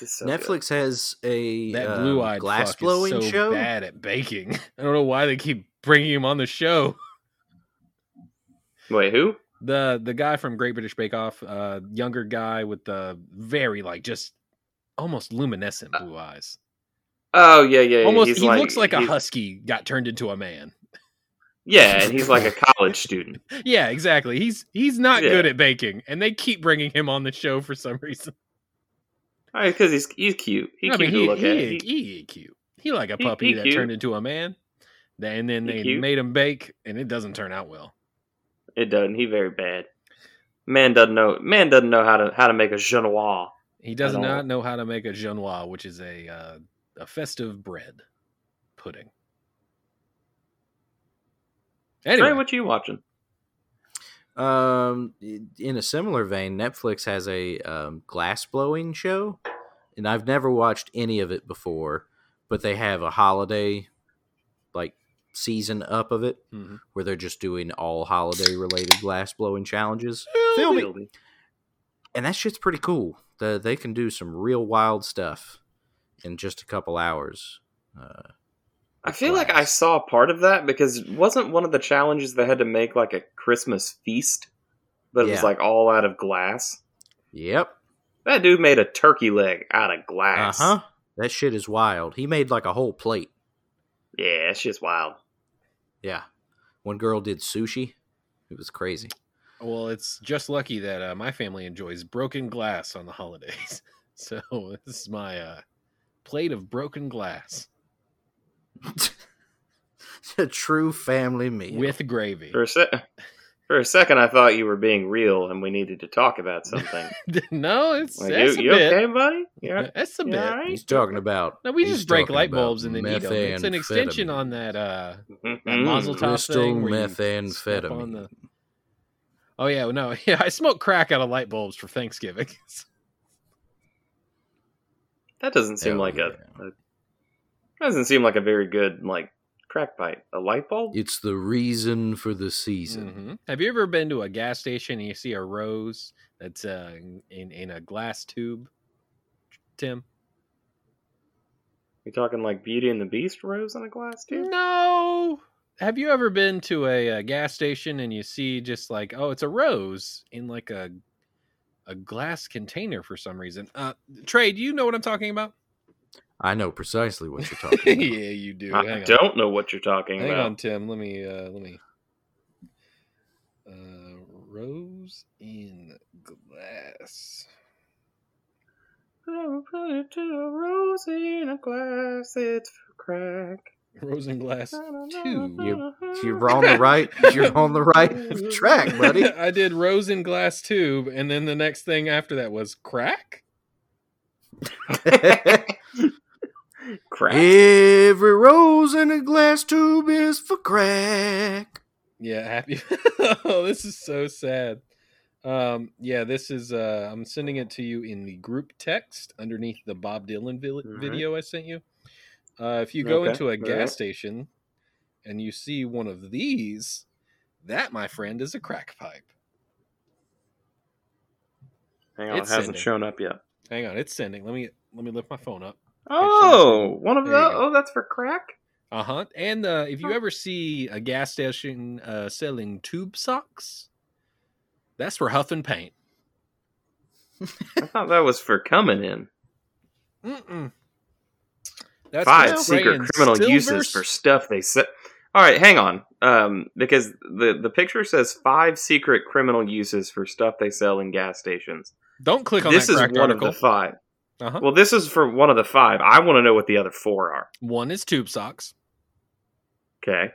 S3: It's so good.
S5: Netflix has a
S2: That
S5: um,
S2: blue eyed
S5: glass
S2: fuck
S5: blowing
S2: is so
S5: show.
S2: bad at baking. I don't know why they keep bringing him on the show.
S3: Wait, who?
S2: The the guy from Great British Bake Off, uh, younger guy with the very like just almost luminescent blue eyes.
S3: Oh yeah, yeah. yeah.
S2: Almost
S3: he's
S2: he looks like a
S3: he's-
S2: husky got turned into a man.
S3: Yeah, and he's like a college student.
S2: Yeah, exactly. He's he's not
S3: Yeah.
S2: good at baking, and they keep bringing him on the show for some reason.
S3: All right, because he's he's cute. He's
S2: I
S3: cute
S2: mean, he,
S3: to look
S2: he,
S3: at.
S2: is-
S3: He-
S2: he is cute. He like a
S3: He-
S2: puppy
S3: he
S2: that
S3: cute.
S2: turned into a man, Th- and then
S3: He
S2: they
S3: cute.
S2: made him bake, and it doesn't turn out well.
S3: it doesn't. He very bad. Man doesn't know. Man doesn't know how to how to make a genoise.
S2: He does
S3: all.
S2: not know how to make a genoise, which is a uh, a festive bread pudding. Anyway,
S3: Trey, what you watching?
S5: Um, in a similar vein, Netflix has a um, glass blowing show, and I've never watched any of it before, but they have a holiday like season up of it
S2: Mhm.
S5: where they're just doing all holiday related glass blowing challenges, Film it.
S3: Filmy.
S5: and that shit's pretty cool. The, they can do some real wild stuff in just a couple hours. Uh,
S3: I feel like I saw part of that because wasn't one of the challenges they had to make like a Christmas feast, but it was
S5: Yeah.
S3: like all out of glass.
S5: yep.
S3: That dude made a turkey leg out of
S5: Uh
S2: Uh-huh.
S3: glass.
S5: huh. That shit is wild. He made like a whole plate.
S3: Yeah, it's just wild.
S5: Yeah. One girl did sushi. It was crazy.
S2: well, it's just lucky that uh, my family enjoys broken glass on the holidays, so this is my uh, plate of broken glass
S5: a true family meal.
S2: with gravy.
S3: For a se- for a second, I thought you were being real, and we needed to talk about something.
S2: no, it's
S3: Like,
S2: that's
S3: you
S2: a
S3: you
S2: bit. Uh,
S3: okay, buddy? You're,
S2: That's a
S3: you
S2: bit.
S3: all right?
S5: he's talking about.
S2: No, we
S5: he's
S2: just break
S5: talking
S2: light
S5: about
S2: bulbs and then eat them. It's an extension on that uh that
S3: Mhm.
S2: mazel tov
S5: Crystal
S2: thing where you step on the- Oh yeah, no, yeah. I smoked crack out of light bulbs for Thanksgiving.
S3: That doesn't seem
S5: Hell
S3: like a,
S5: yeah.
S3: a. That doesn't seem like a very good like crack bite. A light bulb?
S5: It's the reason for the
S2: Mhm.
S5: season.
S2: Have you ever been to a gas station and you see a rose that's uh, in in a glass tube? Tim?
S3: You talking like Beauty and the Beast rose in a glass
S2: Hmm.
S3: tube?
S2: No. Have you ever been to a, uh gas station and you see just like, oh, it's a rose in like a a glass container for some reason. Uh, Trey, do you know what I'm talking about?
S5: I know precisely what you're talking about.
S2: you do.
S3: I
S2: Hang on.
S3: don't know what you're talking
S2: Hang
S3: about.
S2: on, Tim. Let me uh, let me. Uh, rose in glass.
S3: I'll put it to a rose in a glass. It's for crack.
S2: Rose in glass two.
S5: So you're on the right. You're on the right track, buddy.
S2: I did rose in glass two, and then the next thing after that was crack.
S3: Crack.
S5: Every rose in a glass tube is for crack.
S2: Yeah, happy. oh, this is so sad. Um, yeah, this is. Uh, I'm sending it to you in the group text underneath the Bob Dylan vil-
S3: Alright.
S2: video I sent you. Uh, if you go
S3: Okay,
S2: into a gas
S3: alright.
S2: station and you see one of these, that my friend is a crack pipe.
S3: Hang on, it
S2: It's
S3: hasn't
S2: sending.
S3: shown up yet.
S2: Hang on, it's sending. Let me let me lift my phone up.
S3: Oh, one of
S2: There you
S3: those.
S2: go.
S3: Oh, that's for crack.
S2: Uh huh. And uh, if you ever see a gas station uh, selling tube socks, that's for huffing paint.
S3: I thought that was for coming in.
S2: Mm-mm. That's
S3: Five
S2: what
S3: secret
S2: Rayan
S3: criminal uses
S2: Silver's-
S3: for stuff they said. All right, hang on, um, because the the picture says five secret criminal uses for stuff they sell in gas stations.
S2: Don't click on
S3: This
S2: that
S3: is
S2: cracked
S3: one
S2: article.
S3: of the five.
S2: uh-huh.
S3: Well, this is for one of the five. I want to know what the other four are.
S2: One is tube socks.
S3: Okay.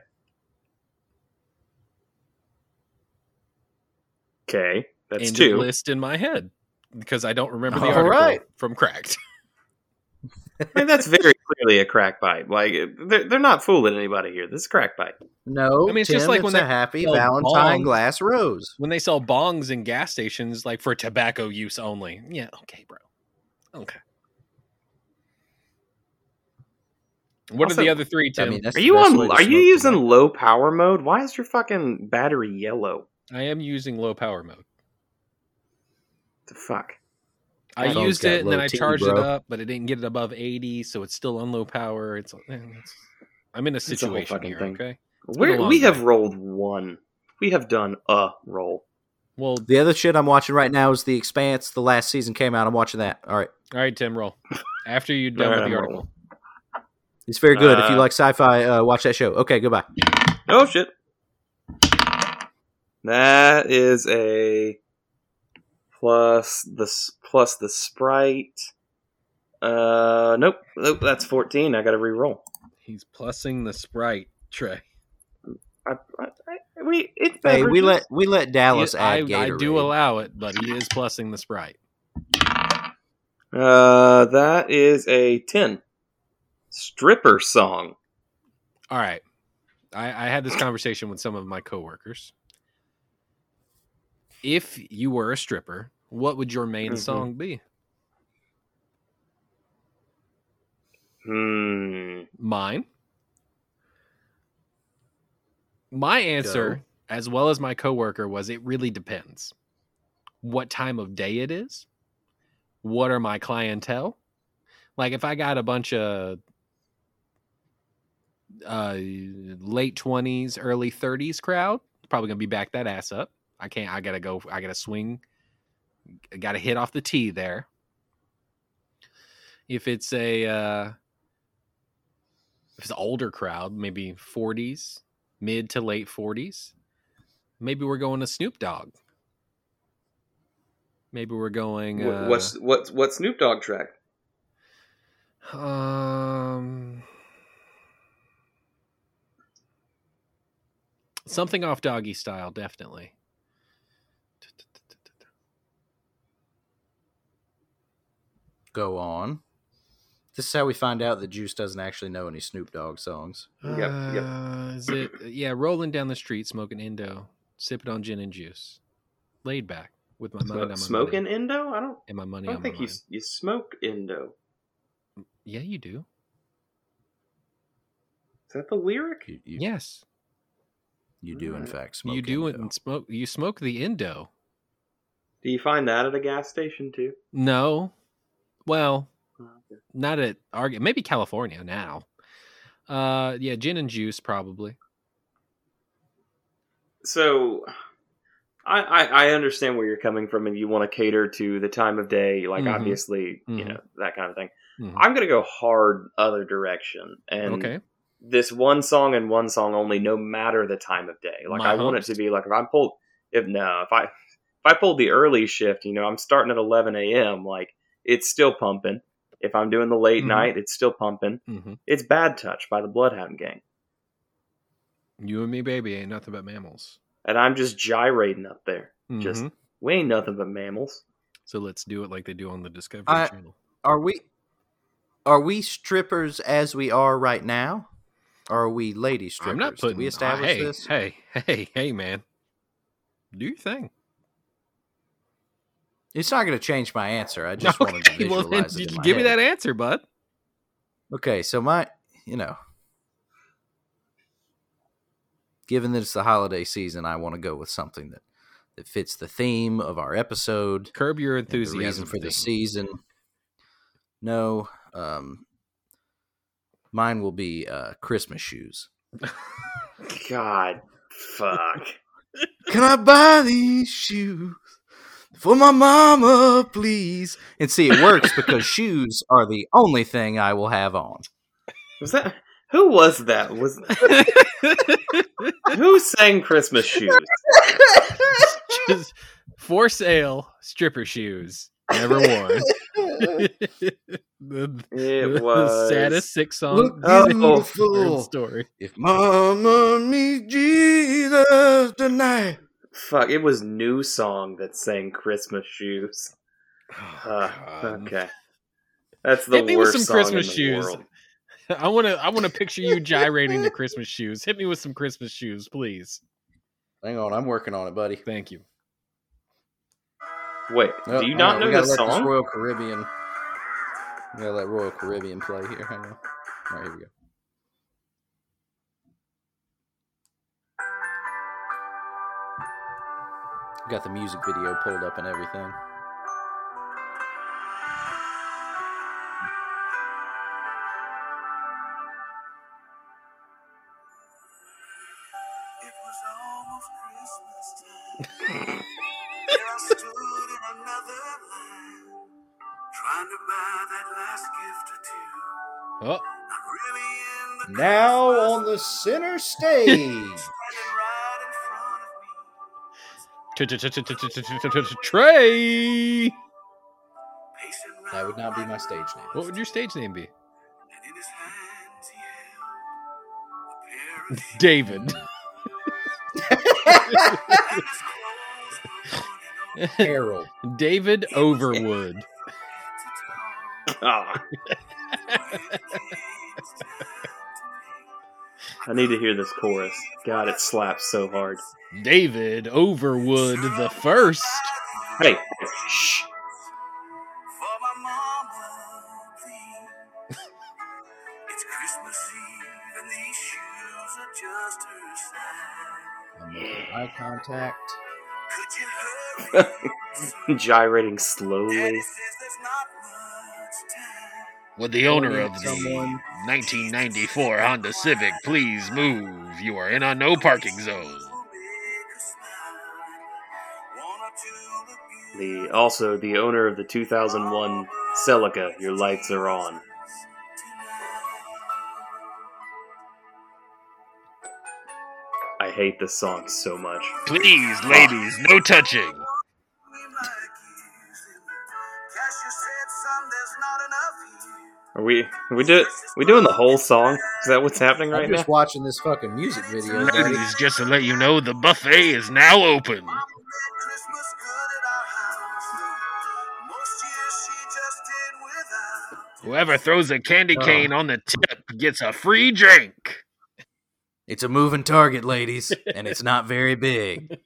S3: Okay, that's
S2: End of
S3: two.
S2: list in my head because I don't remember the
S5: All
S2: article
S5: right.
S2: from Cracked.
S3: I mean, that's very clearly a crack pipe. Like they're, they're not fooling anybody here. This is crack pipe.
S4: No.
S2: I mean, it's just
S4: Tim,
S2: like when
S4: a
S2: they
S4: happy
S2: sell
S4: Valentine
S2: bongs.
S4: glass rose.
S2: when they sell bongs in gas stations, like for tobacco use only. Yeah. Okay, bro. Okay. What
S3: Also,
S2: are the other three, Tim?
S5: I mean, that's
S3: Are
S5: the
S3: you
S5: best way
S3: on?
S5: to
S3: Are you
S5: smoke
S3: using
S5: tonight.
S3: low power mode? Why is your fucking battery yellow?
S2: I am using low power mode.
S3: The fuck.
S2: I
S5: Phone's
S2: used
S5: got
S2: it and then
S5: low
S2: I
S5: T,
S2: charged it
S5: bro.
S2: up, but it didn't get it above 80, so it's still on low power. It's, eh, it's I'm in a
S3: a whole
S2: situation
S3: fucking
S2: here,
S3: thing.
S2: okay? been a
S3: We're,
S2: long
S3: we have
S2: day.
S3: rolled one. We have done a roll.
S2: Well,
S5: The other shit I'm watching right now is The Expanse. The last season came out. I'm watching that. All right,
S2: all right, Tim, roll. After you're done
S3: All
S2: with
S3: right,
S2: the
S3: I'm
S2: article.
S5: it's very good. if you
S3: Uh,
S5: like sci-fi, uh, watch that show. Okay, goodbye.
S3: Oh shit. That is a plus the s- plus the sprite. Uh, nope. Nope, That's fourteen. I got to re-roll.
S2: He's plussing the Sprite tray.
S3: I, I, I, we it's
S5: Hey, we
S3: beverages.
S5: let we let Dallas
S2: I,
S5: add
S2: I
S5: Gatorade.
S2: do allow it, but he is plussing the Sprite.
S3: Uh, that is a ten. Stripper song.
S2: All right. I, I had this conversation with some of my coworkers. If you were a stripper, what would your main
S3: Mhm.
S2: song be?
S3: Hmm.
S2: Mine. My answer, as well as my coworker, was it really depends what time of day it is, what are my clientele. Like if I got a bunch of uh, late twenties, early thirties crowd, probably gonna be back that ass up. I can't. I gotta go. I gotta swing. I gotta hit off the tee there. If it's a uh, if it's an older crowd, maybe 40s, mid to late 40s, maybe we're going to Snoop Dogg. Maybe we're going.
S3: Wh-
S2: Uh,
S3: What's what's what Snoop Dogg track?
S2: um, something off doggy style, definitely.
S5: Go on. This is how we find out that Juice doesn't actually know any Snoop Dogg songs.
S3: Yep, yep.
S2: Uh, Is it? Yeah, rolling down the street, smoking Indo, sipping on gin and juice, laid back with my mind on my
S3: Smoking
S2: money,
S3: Indo? I don't.
S2: and my
S3: I
S2: money
S3: don't
S2: on
S3: think
S2: my
S3: you
S2: mind.
S3: s- you smoke Indo.
S2: Yeah, you do.
S3: Is that the lyric?
S5: You, you,
S2: Yes,
S5: you do in
S3: Alright.
S5: fact smoke.
S2: you do
S5: it.
S2: it and smoke. You smoke the indo.
S3: Do you find that at a gas station too?
S2: No, well,
S3: Oh,
S2: not at Arg. Maybe California now. Uh, yeah, gin and juice probably.
S3: So, I, I, I understand where you're coming from, and you want to cater to the time of day, like
S2: Mhm.
S3: obviously, you
S2: Mhm.
S3: know that kind of thing.
S2: Mhm.
S3: I'm gonna go hard other direction, and
S2: okay.
S3: this one song and one song only, no matter the time of day. Like
S2: My
S3: I want it
S2: host.
S3: to be like if I pulled if no if I if I pulled the early shift, you know, I'm starting at 11 a.m. Like it's still pumping. If I'm doing the late
S2: Mhm.
S3: night, it's still pumping.
S2: hmm
S3: It's Bad Touch by the Bloodhound Gang,
S2: You and me, baby, ain't nothing but mammals.
S3: and I'm just gyrating up there. Just-
S2: Mhm.
S3: We ain't nothing but mammals.
S2: so let's do it like they do on the Discovery
S5: I-
S2: Channel.
S5: Are we are we strippers as we are right now? Or are we lady strippers?
S2: I'm not putting. uh,
S5: Did we establish
S2: hey,
S5: this?
S2: Hey, hey, hey, man. Do your thing.
S5: It's not going to change my answer. I just wanted to
S2: Okay,
S5: visualize
S2: well, then,
S5: it. in
S2: you
S5: my
S2: give me
S5: head.
S2: that answer, bud.
S5: Okay, so my, you know, given that it's the holiday season, I want to go with something that that fits the theme of our episode,
S2: Curb your
S5: and the
S2: enthusiasm
S5: reason for
S2: thing.
S5: the season. No, um, mine will be uh, Christmas shoes.
S3: God, fuck.
S5: Can I buy these shoes for my mama, please? And see, it works because shoes are the only thing I will have on.
S3: Was that who was that? Was who sang Christmas shoes?
S2: Just for sale stripper shoes, never worn. the, the
S3: It was
S2: saddest six song
S5: Look
S3: Oh.
S5: beautiful.
S2: story.
S5: If Mama meets Jesus tonight.
S3: Fuck, it was new song that sang Christmas shoes.
S5: Oh,
S3: Uh, okay. That's the
S2: Hit me with
S3: worst
S2: some
S3: song
S2: Christmas
S3: in the
S2: shoes.
S3: world.
S2: I want to. I want to picture you gyrating to Christmas shoes. Hit me with some Christmas shoes, please.
S5: Hang on, I'm working on it, buddy.
S2: Thank you.
S3: Wait,
S5: Oh,
S3: do you
S5: hang
S3: not
S5: on,
S3: know
S5: we gotta
S3: this
S5: let
S3: song?
S5: Royal Caribbean. We gotta let Royal Caribbean play here. Hang on. All right, here we go. Got the music video pulled up and everything.
S7: It was almost Christmas time. There I stood in another line, trying to buy that last gift or two.
S2: Oh,
S7: I'm really in the
S5: Now
S7: Christmas
S5: on the center stage.
S7: standing right in front of me.
S2: Trey.
S7: Pacing round
S5: that would not be my stage name.
S2: What would your stage name be?
S7: And in his hands he held a pair of shoes.
S2: David.
S7: And his clothes were worn and old
S5: Harold.
S2: David Overwood.
S7: to toe.
S3: Ah, I need to hear this chorus. God, it slaps so hard.
S2: David Overwood the first.
S3: Hey, shh.
S7: For my mama, please. it's Christmas Eve and these shoes are just her size.
S5: I'm making eye contact.
S7: Could you hurry? son?
S3: Gyrating slowly.
S7: Daddy says there's not much time.
S2: Would the
S5: owner of the
S2: 1994 Honda Civic please move? You are in a no parking zone.
S7: Will make her smile. One or two look
S3: The also the owner of the 2001 Celica. Your lights are on. I hate this song so much.
S2: Please, ladies, no touching.
S3: Are we are we do we doing the whole song? Is that what's happening right
S5: I'm
S3: now?
S5: just watching this fucking music video. buddy.
S2: Ladies, just to let you know, the buffet is now open. Whoever throws a candy
S5: Oh.
S2: cane on the tip gets a free drink.
S5: It's a moving target, ladies, and it's not very big.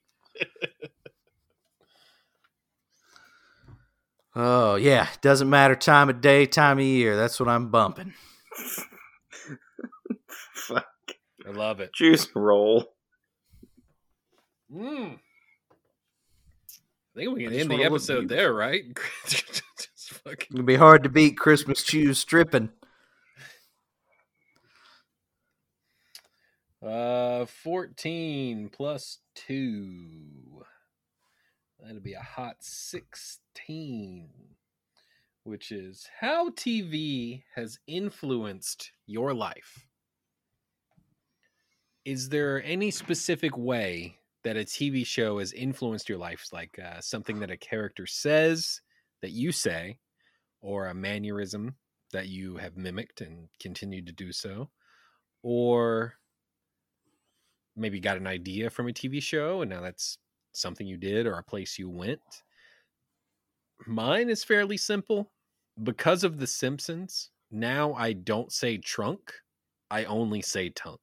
S5: Oh, yeah. Doesn't matter time of day, time of year. That's what I'm bumping.
S3: Fuck.
S2: I love it.
S3: Juice roll.
S2: Mm. I think we
S5: I
S2: can
S5: just
S2: end the
S5: wanna look
S2: episode there, right? Just fucking-
S5: It'd be hard to beat Christmas shoes stripping.
S2: Uh, 14 plus 2. That'll be a hot 16, which is how TV has influenced your life. Is there any specific way that a TV show has influenced your life? Like uh, something that a character says that you say, or a mannerism that you have mimicked and continued to do so, or maybe got an idea from a TV show and now that's something you did or a place you went. Mine is fairly simple. Because of The Simpsons, now I don't say trunk, I only say tunk.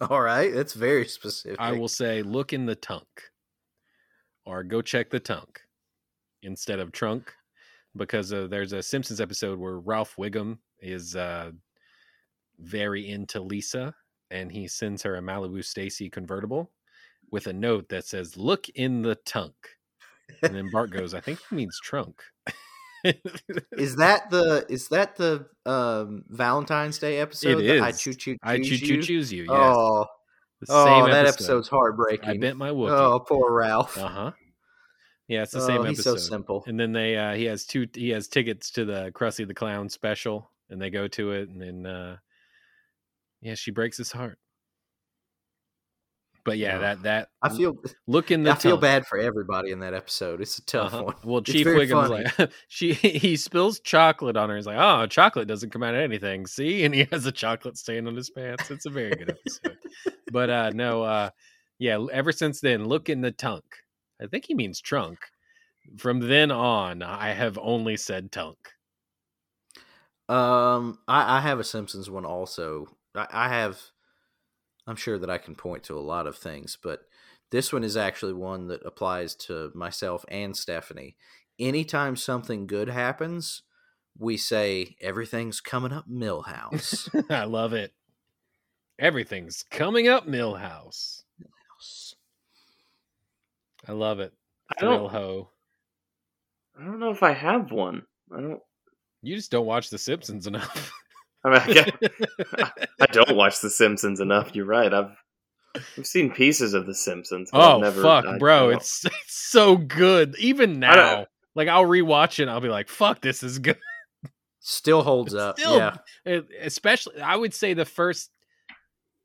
S5: All right, that's very specific.
S2: I will say, look in the tunk or go check the tunk instead of trunk because uh, there's a Simpsons episode where Ralph Wiggum is uh, very into Lisa and he sends her a Malibu Stacy convertible with a note that says, Look in the tunk. And then Bart goes, I think he means trunk.
S5: Is that the is that the um, Valentine's Day episode?
S2: It
S5: the I
S2: is.
S5: choo choo
S2: I choo choo choose you. Yes.
S5: Oh,
S2: The
S5: oh,
S2: same
S5: that
S2: episode.
S5: episode's heartbreaking.
S2: I bent my Wookiee.
S5: Oh, poor Ralph.
S2: Uh huh. Yeah, it's the
S5: oh,
S2: same
S5: he's
S2: episode.
S5: so simple.
S2: and then they uh, he has two he has tickets to the Krusty the Clown special, and they go to it, and then uh, yeah, she breaks his heart. But yeah,
S5: Ugh.
S2: that that
S5: I feel
S2: look in the
S5: I feel
S2: tongue.
S5: bad for everybody in that episode. It's a tough
S2: Uh-huh.
S5: one.
S2: Well,
S5: It's
S2: Chief
S5: very
S2: Wiggum's
S5: funny.
S2: like she he spills chocolate on her. He's like, oh, chocolate doesn't come out of anything. See, and he has a chocolate stain on his pants. It's a very good episode. but uh no, uh yeah. Ever since then, look in the tunk. I think he means trunk. From then on, I have only said tunk.
S5: Um, I, I have a Simpsons one also. I, I have. I'm sure that I can point to a lot of things, but this one is actually one that applies to myself and Stephanie. Anytime something good happens, we say everything's coming up Millhouse.
S2: I love it. Everything's coming up, Millhouse. I love it.
S3: I don't-
S2: Thrill ho.
S3: I don't know if I have one. I don't.
S2: You just don't watch The Simpsons enough.
S3: I, mean, I, guess- I don't watch The Simpsons enough. You're right. I've I've seen pieces of The Simpsons. but I've
S2: Oh
S3: never-
S2: fuck,
S3: I- I
S2: bro!
S3: don't-
S2: It's, it's so good. Even
S3: I don't-
S2: now, like I'll rewatch it, and I'll be like, "Fuck, this is good."
S5: Still holds up.
S2: Still-
S5: yeah.
S2: E- Especially, I would say the first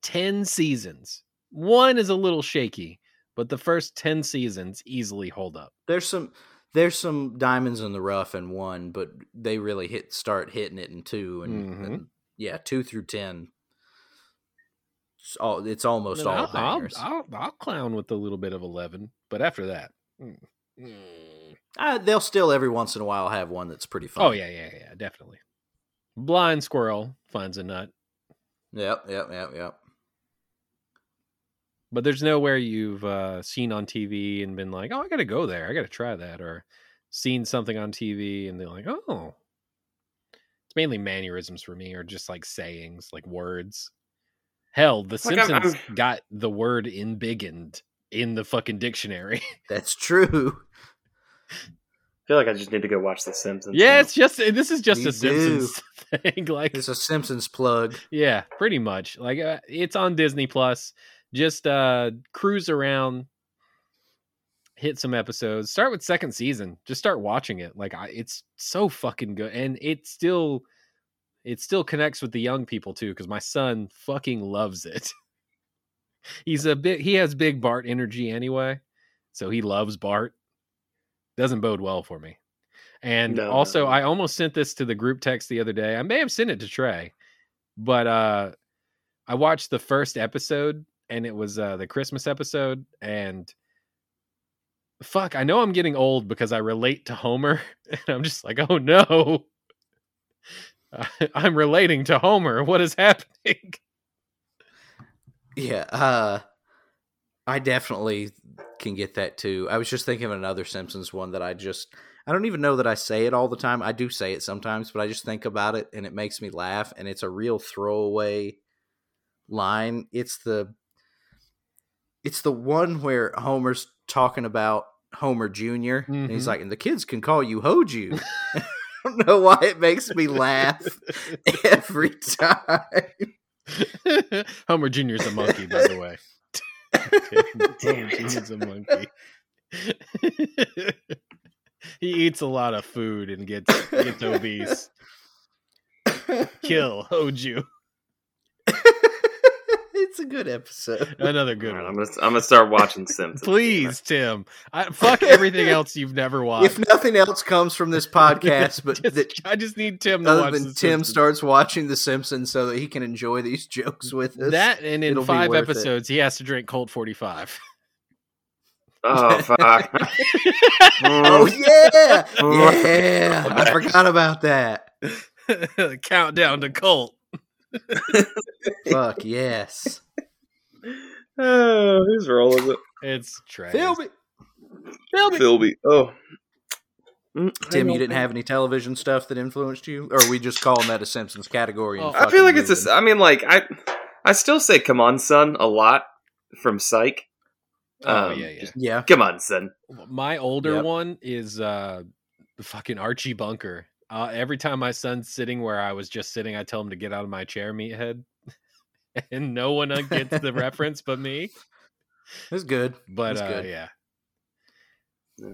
S2: ten seasons. One is a little shaky, but the first ten seasons easily hold up.
S5: There's some there's some diamonds in the rough in one, but they really hit start hitting it in two and,
S2: Mhm.
S5: and yeah, two through ten. It's all it's almost
S2: No,
S5: all
S2: I'll, I'll,
S5: hangers.
S2: I'll, I'll clown with a little bit of eleven, but after that, mm, mm.
S5: Uh, they'll still every once in a while have one that's pretty funny.
S2: oh yeah, yeah, yeah, definitely. Blind squirrel finds a nut,
S5: Yep, yep, yep, yep.
S2: but there's nowhere you've uh, seen on TV and been like, "Oh, I got to go there. I got to try that," or seen something on TV and they're like, "Oh." It's mainly mannerisms for me, or just like sayings, like words. Hell, The
S3: Like, I'm-
S2: Simpsons got the word "embiggened" in the fucking dictionary.
S5: That's true.
S3: I feel like I just need to go watch The Simpsons.
S2: yeah,
S3: now.
S2: it's just this is just
S5: You
S2: a Simpsons thing. Like,
S5: It's a Simpsons plug.
S2: yeah, pretty much. Like, uh, it's on Disney Plus. Just uh cruise around, hit some episodes. Start with second season. Just start watching it. Like, I, it's so fucking good, and it still, it still connects with the young people too. Because my son fucking loves it. He's a bit. He has big Bart energy anyway, so he loves Bart. Doesn't bode well for me. And
S3: No, no,
S2: also,
S3: no.
S2: I almost sent this to the group text the other day. I may have sent it to Trey, but uh, I watched the first episode, and it was uh, the Christmas episode, and fuck, I know I'm getting old because I relate to Homer, and I'm just like, oh no. I'm relating to Homer. What is happening?
S5: Yeah, uh I definitely can get that too. I was just thinking of another Simpsons one that I just I don't even know that I say it all the time. I do say it sometimes, but I just think about it and it makes me laugh and it's a real throwaway line. It's the it's the one where Homer's talking about Homer junior and
S2: Mhm.
S5: he's like, and the kids can call you Hoju. I don't know why it makes me laugh every time.
S2: Homer Jr. is a monkey, by the way.
S1: Damn
S2: He
S1: it.
S2: needs a monkey. he eats a lot of food and gets gets obese. Kill Hoju.
S5: it's a good episode.
S2: Another good
S3: All right, I'm
S2: one.
S3: gonna I'm gonna start watching Simpsons.
S2: Please, Tim. I, fuck everything else you've never watched.
S5: If nothing else comes from this podcast, but
S2: Just-
S5: that
S2: I just need Tim to
S5: other
S2: watch
S5: than
S2: The
S5: Tim
S2: Simpsons.
S5: starts watching The Simpsons so that he can enjoy these jokes with us.
S2: that, and
S5: it'll
S2: in
S5: be
S2: five
S5: worth it.
S2: episodes, he has to drink Colt forty five.
S3: Oh fuck.
S5: oh
S3: Mm.
S5: yeah, yeah! I forgot about that.
S2: Countdown to Colt.
S5: Fuck yes!
S3: oh, whose role is it?
S2: It's trash.
S5: it,
S3: Philby. Oh. Mm, I
S5: Tim. You
S3: don't-
S5: didn't have any television stuff that influenced you, or are we just calling that a Simpsons category? and
S2: Oh.
S3: I feel
S5: fucking
S3: like it's a. s-
S5: moving?
S3: I mean, like I, I still say "Come on, son" a lot from Psych.
S2: Oh
S3: Um,
S2: yeah, yeah.
S5: yeah.
S3: Come on, son.
S2: My older
S5: Yep.
S2: one is uh the fucking Archie Bunker. Uh, every time my son's sitting where I was just sitting, I tell him to get out of my chair, meathead, and no one gets the reference but me.
S5: It's good.
S2: But
S5: That's
S2: uh,
S5: good.
S2: yeah,
S3: Yeah.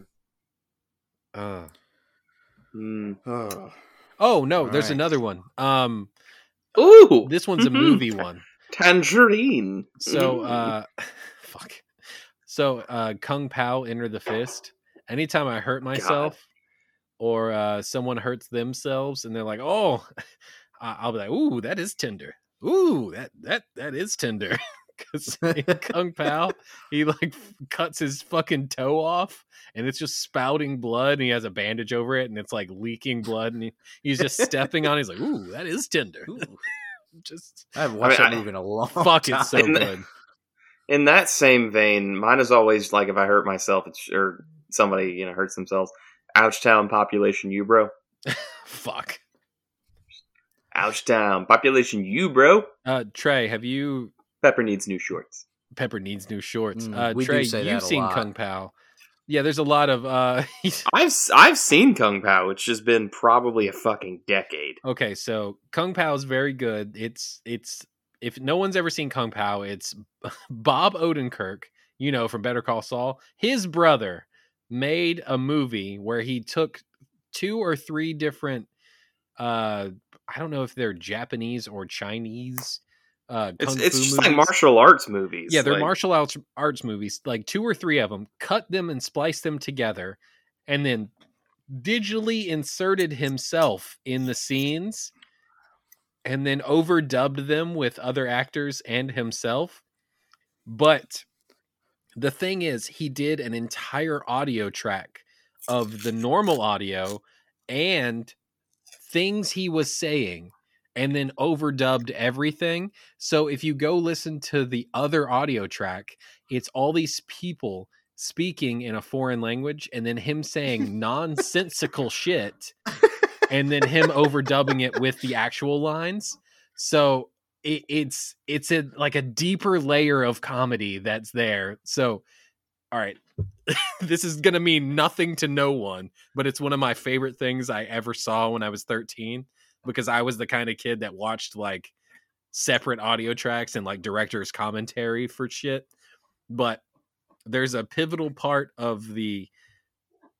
S2: Uh,
S3: Mm.
S2: oh no,
S5: All
S2: there's
S5: right.
S2: another one. Um,
S3: Ooh,
S2: this one's a
S3: Mhm.
S2: movie one.
S3: tangerine.
S2: So
S3: Mm.
S2: uh fuck. So uh Kung Pao enter the fist. Anytime I hurt myself or uh someone hurts themselves and they're like, "Oh, I- I'll be like, "Ooh, that is tender." Ooh, that that that is tender. Cuz Kung Pao, he like f- cuts his fucking toe off and it's just spouting blood and he has a bandage over it and it's like leaking blood and he, he's just stepping on it. He's like, "Ooh, that is tender." just
S5: I haven't watched
S3: I mean,
S5: that
S3: I-
S5: movie in a long
S2: fuck
S5: time.
S2: it's so
S3: Time.
S2: good.
S3: in that same vein, mine is always like if I hurt myself it's, or somebody you know hurts themselves. Ouchtown population, you bro.
S2: fuck.
S3: Ouchtown population, you bro.
S2: Uh, Trey, have you?
S3: Pepper needs new shorts.
S2: Pepper needs new shorts.
S5: Mm,
S2: uh,
S5: we do
S2: Trey,
S5: say that
S2: you've
S5: a
S2: seen
S5: lot.
S2: Kung Pao. Yeah, there's a lot of. Uh,
S3: I've s- I've seen Kung Pao. It's just been probably a fucking decade.
S2: okay, so Kung Pao is very good. It's it's if no one's ever seen Kung Pao, it's Bob Odenkirk, you know from Better Call Saul. His brother made a movie where he took two or three different. Uh, I don't know if they're Japanese or Chinese. Uh,
S3: It's
S2: kung
S3: it's
S2: fu
S3: just like
S2: movies.
S3: martial arts movies.
S2: Yeah, they're
S3: like,
S2: martial arts arts movies, like two or three of them. Cut them and splice them together, and then digitally inserted himself in the scenes, and then overdubbed them with other actors and himself. But the thing is, he did an entire audio track of the normal audio and things he was saying, and then overdubbed everything. So if you go listen to the other audio track, it's all these people speaking in a foreign language and then him saying nonsensical shit and then him overdubbing it with the actual lines. So it, it's it's a like a deeper layer of comedy that's there. So all right. this is going to mean nothing to no one, but it's one of my favorite things I ever saw when I was 13 because I was the kind of kid that watched like separate audio tracks and like director's commentary for shit but there's a pivotal part of the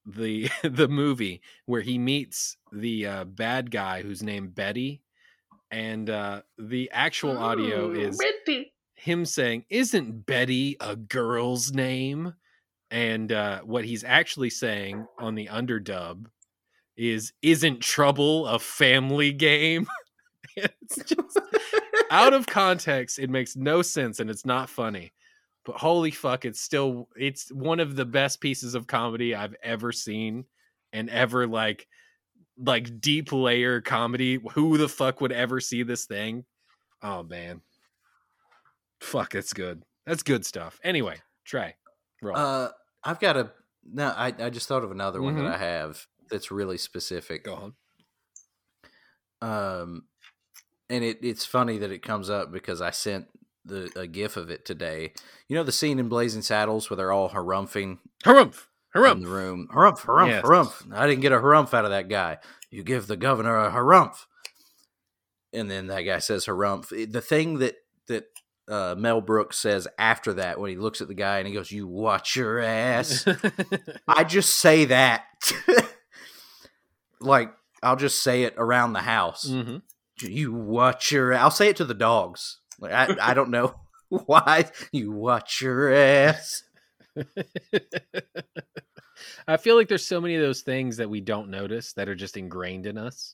S2: the the movie where he meets the uh, bad guy who's named Betty and uh the actual audio is him saying isn't Betty a girl's name and uh what he's actually saying on the underdub is isn't trouble a family game it's just out of context it makes no sense and it's not funny but holy fuck it's still it's one of the best pieces of comedy i've ever seen and ever like like deep layer comedy who the fuck would ever see this thing oh man fuck that's good that's good stuff anyway trey roll
S5: Uh, I've got a no. I I just thought of another one
S2: Mhm.
S5: that I have that's really specific.
S2: go on
S5: Um, and it it's funny that it comes up because I sent the a gif of it today. You know the scene in Blazing Saddles where they're all harumping
S2: harumph
S5: in the
S2: harumph
S5: room. Harumph, harumph,
S2: Yes.
S5: harumph. I didn't get a harumph out of that guy. You give the governor a harumph. And then Eh, that guy says harumph. It- The thing that that uh, Mel Brooks says after that when he looks at the guy and he goes, "You watch your ass." I just say that, like I'll just say it around the house.
S2: Mhm.
S5: You watch your. I'll say it to the dogs. Like I, I don't know why. You watch your ass.
S2: I feel like there's so many of those things that we don't notice that are just ingrained in us.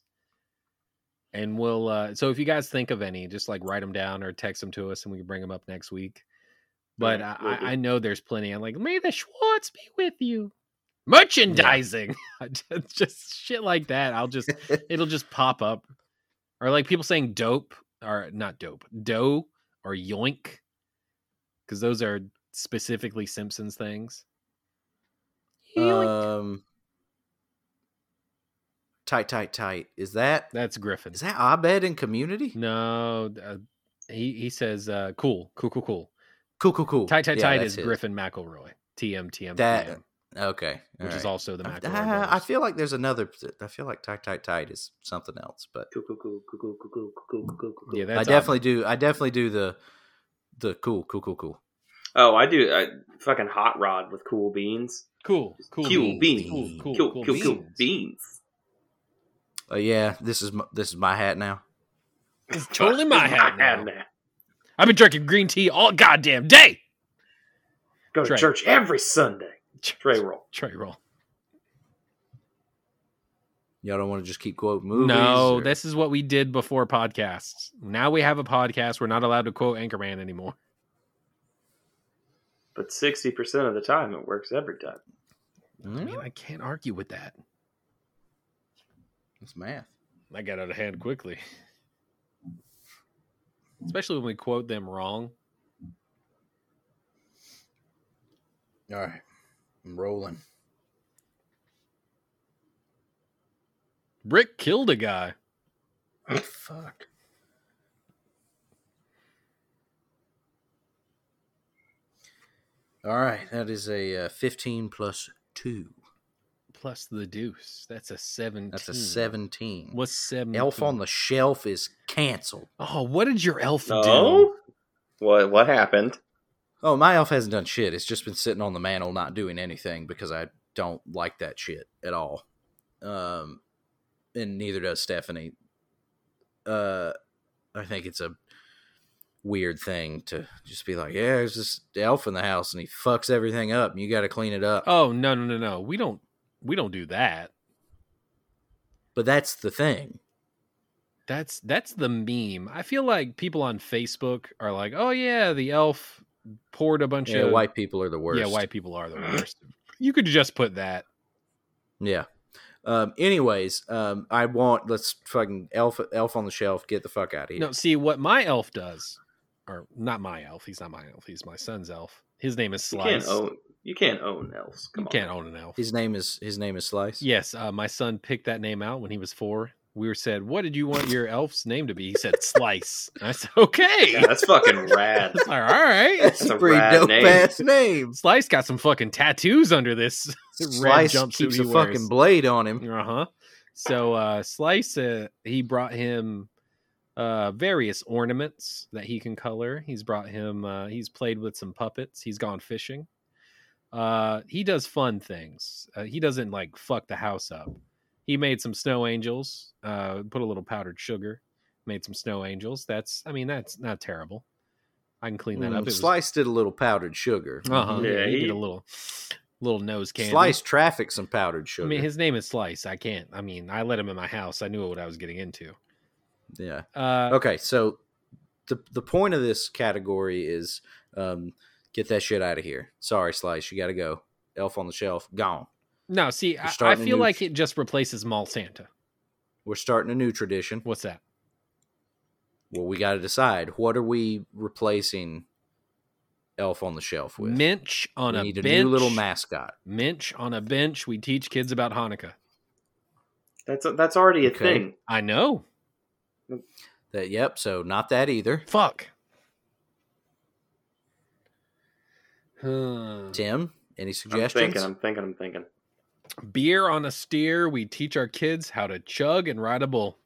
S2: And we'll uh so if you guys think of any, just like write them down or text them to us and we can bring them up next week. But
S3: Yeah,
S2: I,
S3: will
S2: I,
S3: do.
S2: I know there's plenty. I'm like, may the Schwartz be with you. Merchandising. I just- just shit like that. I'll just it'll just pop up. Or like people saying dope or not dope, dough or yoink. Because those are specifically Simpsons things.
S5: Um, tight, tight, tight. Is that
S2: That's Griffin.
S5: is that Abed in Community?
S2: No, uh, he he says uh, cool, cool, cool, cool.
S5: Cool, cool, cool.
S2: Tight, tight,
S5: Yeah,
S2: tight
S5: that's
S2: is
S5: his.
S2: Griffin McElroy. TM, TM,
S5: That-
S2: TM,
S5: Okay,
S2: which is
S5: all.
S2: also the
S5: right.
S2: McElroy.
S5: I- I, I
S2: brothers.
S5: feel like there's another. I feel like tight, tight, tight is something else, but
S2: yeah, that's
S5: I definitely do. I definitely do the the cool, cool, cool, cool.
S3: Oh, I do. I, fucking hot rod with cool beans.
S2: cool, cool,
S3: Cool beans.
S2: cool, cool,
S3: Cool, cool, cool,
S2: beans.
S3: beans.
S5: Oh yeah, this is my, this is my hat now.
S2: It's totally my hat now.
S3: now.
S2: I've been drinking green tea all goddamn day.
S3: Go to
S2: Trey.
S3: church every Sunday. Trey roll.
S2: Trey roll.
S5: Y'all don't want to just keep quoting movies.
S2: no,
S5: or-
S2: this is what we did before podcasts. Now we have a podcast. We're not allowed to quote Anchorman anymore.
S3: But 60% of the time, it works every time.
S2: I
S5: Mm,
S2: mean, I can't argue with that.
S5: it's math.
S2: I got out of hand quickly. Especially when we quote them wrong.
S5: All right, I'm rolling.
S2: Brick killed a guy.
S5: fuck. All right, that is a uh, fifteen plus two.
S2: plus the deuce. That's a 17.
S5: That's a seventeen.
S2: What's 17?
S5: Elf on the Shelf is canceled.
S2: Oh, what did your elf do?
S3: No? What, what happened?
S5: Oh, my elf hasn't done shit. It's just been sitting on the mantle, not doing anything because I don't like that shit at all. Um, and neither does Stephanie. Uh, I think it's a weird thing to just be like, yeah, there's this elf in the house and he fucks everything up. And you got to clean it up.
S2: Oh, no, no, no, no. We don't we don't do that.
S5: But that's the thing.
S2: That's that's the meme. I feel like people on Facebook are like, "Oh yeah, the elf poured a bunch
S5: Yeah,
S2: of
S5: white people are the worst.
S2: Yeah, white people are the worst. you could just put that.
S5: Yeah. Um, anyways, um, I want let's fucking elf elf on the shelf. Get the fuck out of here.
S2: No, see what my elf does, or not my elf. He's not my elf. He's my son's elf. His name is
S3: You
S2: Slice.
S3: can't own. You can't own elves. Come
S2: You
S3: on.
S2: can't own an elf.
S5: His name is his name is Slice.
S2: Yes, uh, my son picked that name out when he was four. We were said, "What did you want your elf's name to be?" He said, "Slice." And I said, "Okay."
S3: Yeah, that's fucking rad.
S2: It's like, all right.
S5: That's
S3: It's
S5: a
S3: a
S5: pretty
S3: rad
S5: dope
S3: name.
S5: ass name.
S2: Slice got some fucking tattoos under this red
S5: Slice
S2: jumpsuit
S5: keeps
S2: he
S5: a fucking
S2: wears.
S5: blade on him.
S2: Uh huh. So uh, Slice, uh, he brought him uh, various ornaments that he can color. He's brought him. Uh, he's played with some puppets. He's gone fishing. Uh, he does fun things. Uh, he doesn't like fuck the house up. He made some snow angels. Uh, put a little powdered sugar. Made some snow angels. That's. I mean, that's not terrible. I can clean that
S5: Mm,
S2: up. It was-
S5: Slice did a little powdered sugar.
S2: uh-huh.
S3: Yeah,
S2: Yeah, he,
S3: he-
S2: did a little little nose candy.
S5: Slice trafficked some powdered
S2: I
S5: sugar.
S2: mean, his name is Slice. I can't. I mean, I let him in my house. I knew what I was getting into.
S5: yeah.
S2: Uh,
S5: Okay, so the the point of this category is um, get that shit out of here. Sorry, Slice, you got to go. Elf on the shelf, gone.
S2: No, see, I, I
S5: starting a
S2: feel
S5: new-
S2: like it just replaces Mall Santa.
S5: We're starting a new tradition.
S2: What's that?
S5: Well, we got to decide what are we replacing Elf on the shelf with.
S2: Minch on
S5: we
S2: a
S5: need a
S2: bench.
S5: new little mascot.
S2: Minch on a bench. We teach kids about Hanukkah.
S3: That's that's already a
S5: Okay.
S3: thing.
S2: I know.
S5: That yep. So not that either.
S2: Fuck. Huh.
S5: Tim, any
S3: I'm
S5: suggestions?
S3: thinking. I'm thinking. I'm thinking.
S2: Beer on a steer. We teach our kids how to chug and ride a bull.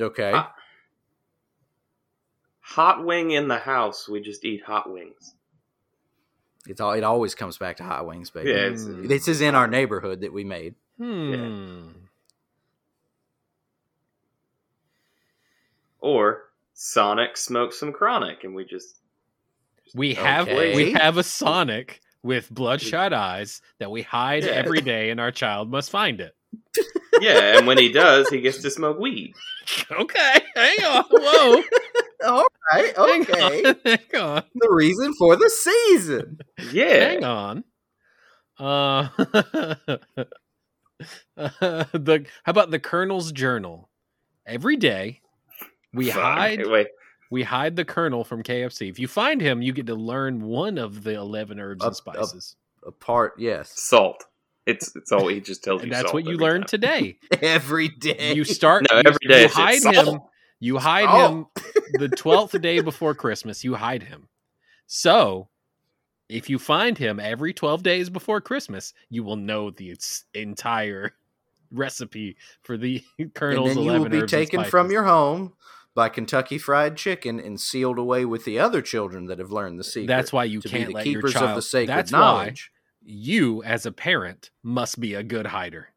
S5: Okay.
S3: Ah. Hot wing in the house. We just eat hot wings.
S5: It's all it always comes back to hot wings, baby.
S3: Yeah, it's,
S2: Mm.
S5: This is in our neighborhood that we made.
S2: Hmm.
S3: or Sonic smokes some chronic, and we just
S2: We have
S5: Okay.
S2: we have a Sonic with bloodshot eyes that we hide
S3: Yeah.
S2: every day, and our child must find it.
S3: yeah. And when he does, he gets to smoke weed.
S2: Okay, hang on. Whoa,
S5: All right.
S2: hang on, hang on,
S5: the reason for the season.
S3: Yeah,
S2: hang on. Uh, the how about the Colonel's journal? Every day, we
S3: Fuck.
S2: hide
S3: Wait,
S2: we hide the Colonel from KFC. If you find him, you get to learn one of the eleven herbs and
S5: Up- up-
S2: spices.
S5: Apart, yes.
S3: salt. It's it's all he just tells you.
S2: and that's
S3: salt
S2: what you
S3: every
S2: learned
S3: time.
S2: today.
S5: Every day.
S2: you start
S3: No,
S2: you,
S3: every day
S2: you
S3: it's
S2: hide
S3: salt.
S2: him you hide him
S5: Salt.
S2: the 12th day before christmas you hide him so if you find him every 12 days before christmas you will know the its entire recipe for the
S5: and
S2: colonel's
S5: then you
S2: 11
S5: will be
S2: herbs and
S5: taken from
S2: spices.
S5: your home by Kentucky Fried Chicken and sealed away with the other children that have learned the secret.
S2: that's why you
S5: to
S2: can't
S5: be the
S2: let your
S5: keepers
S2: child
S5: of the sacred
S2: that's
S5: knowledge.
S2: why you as a parent must be a good hider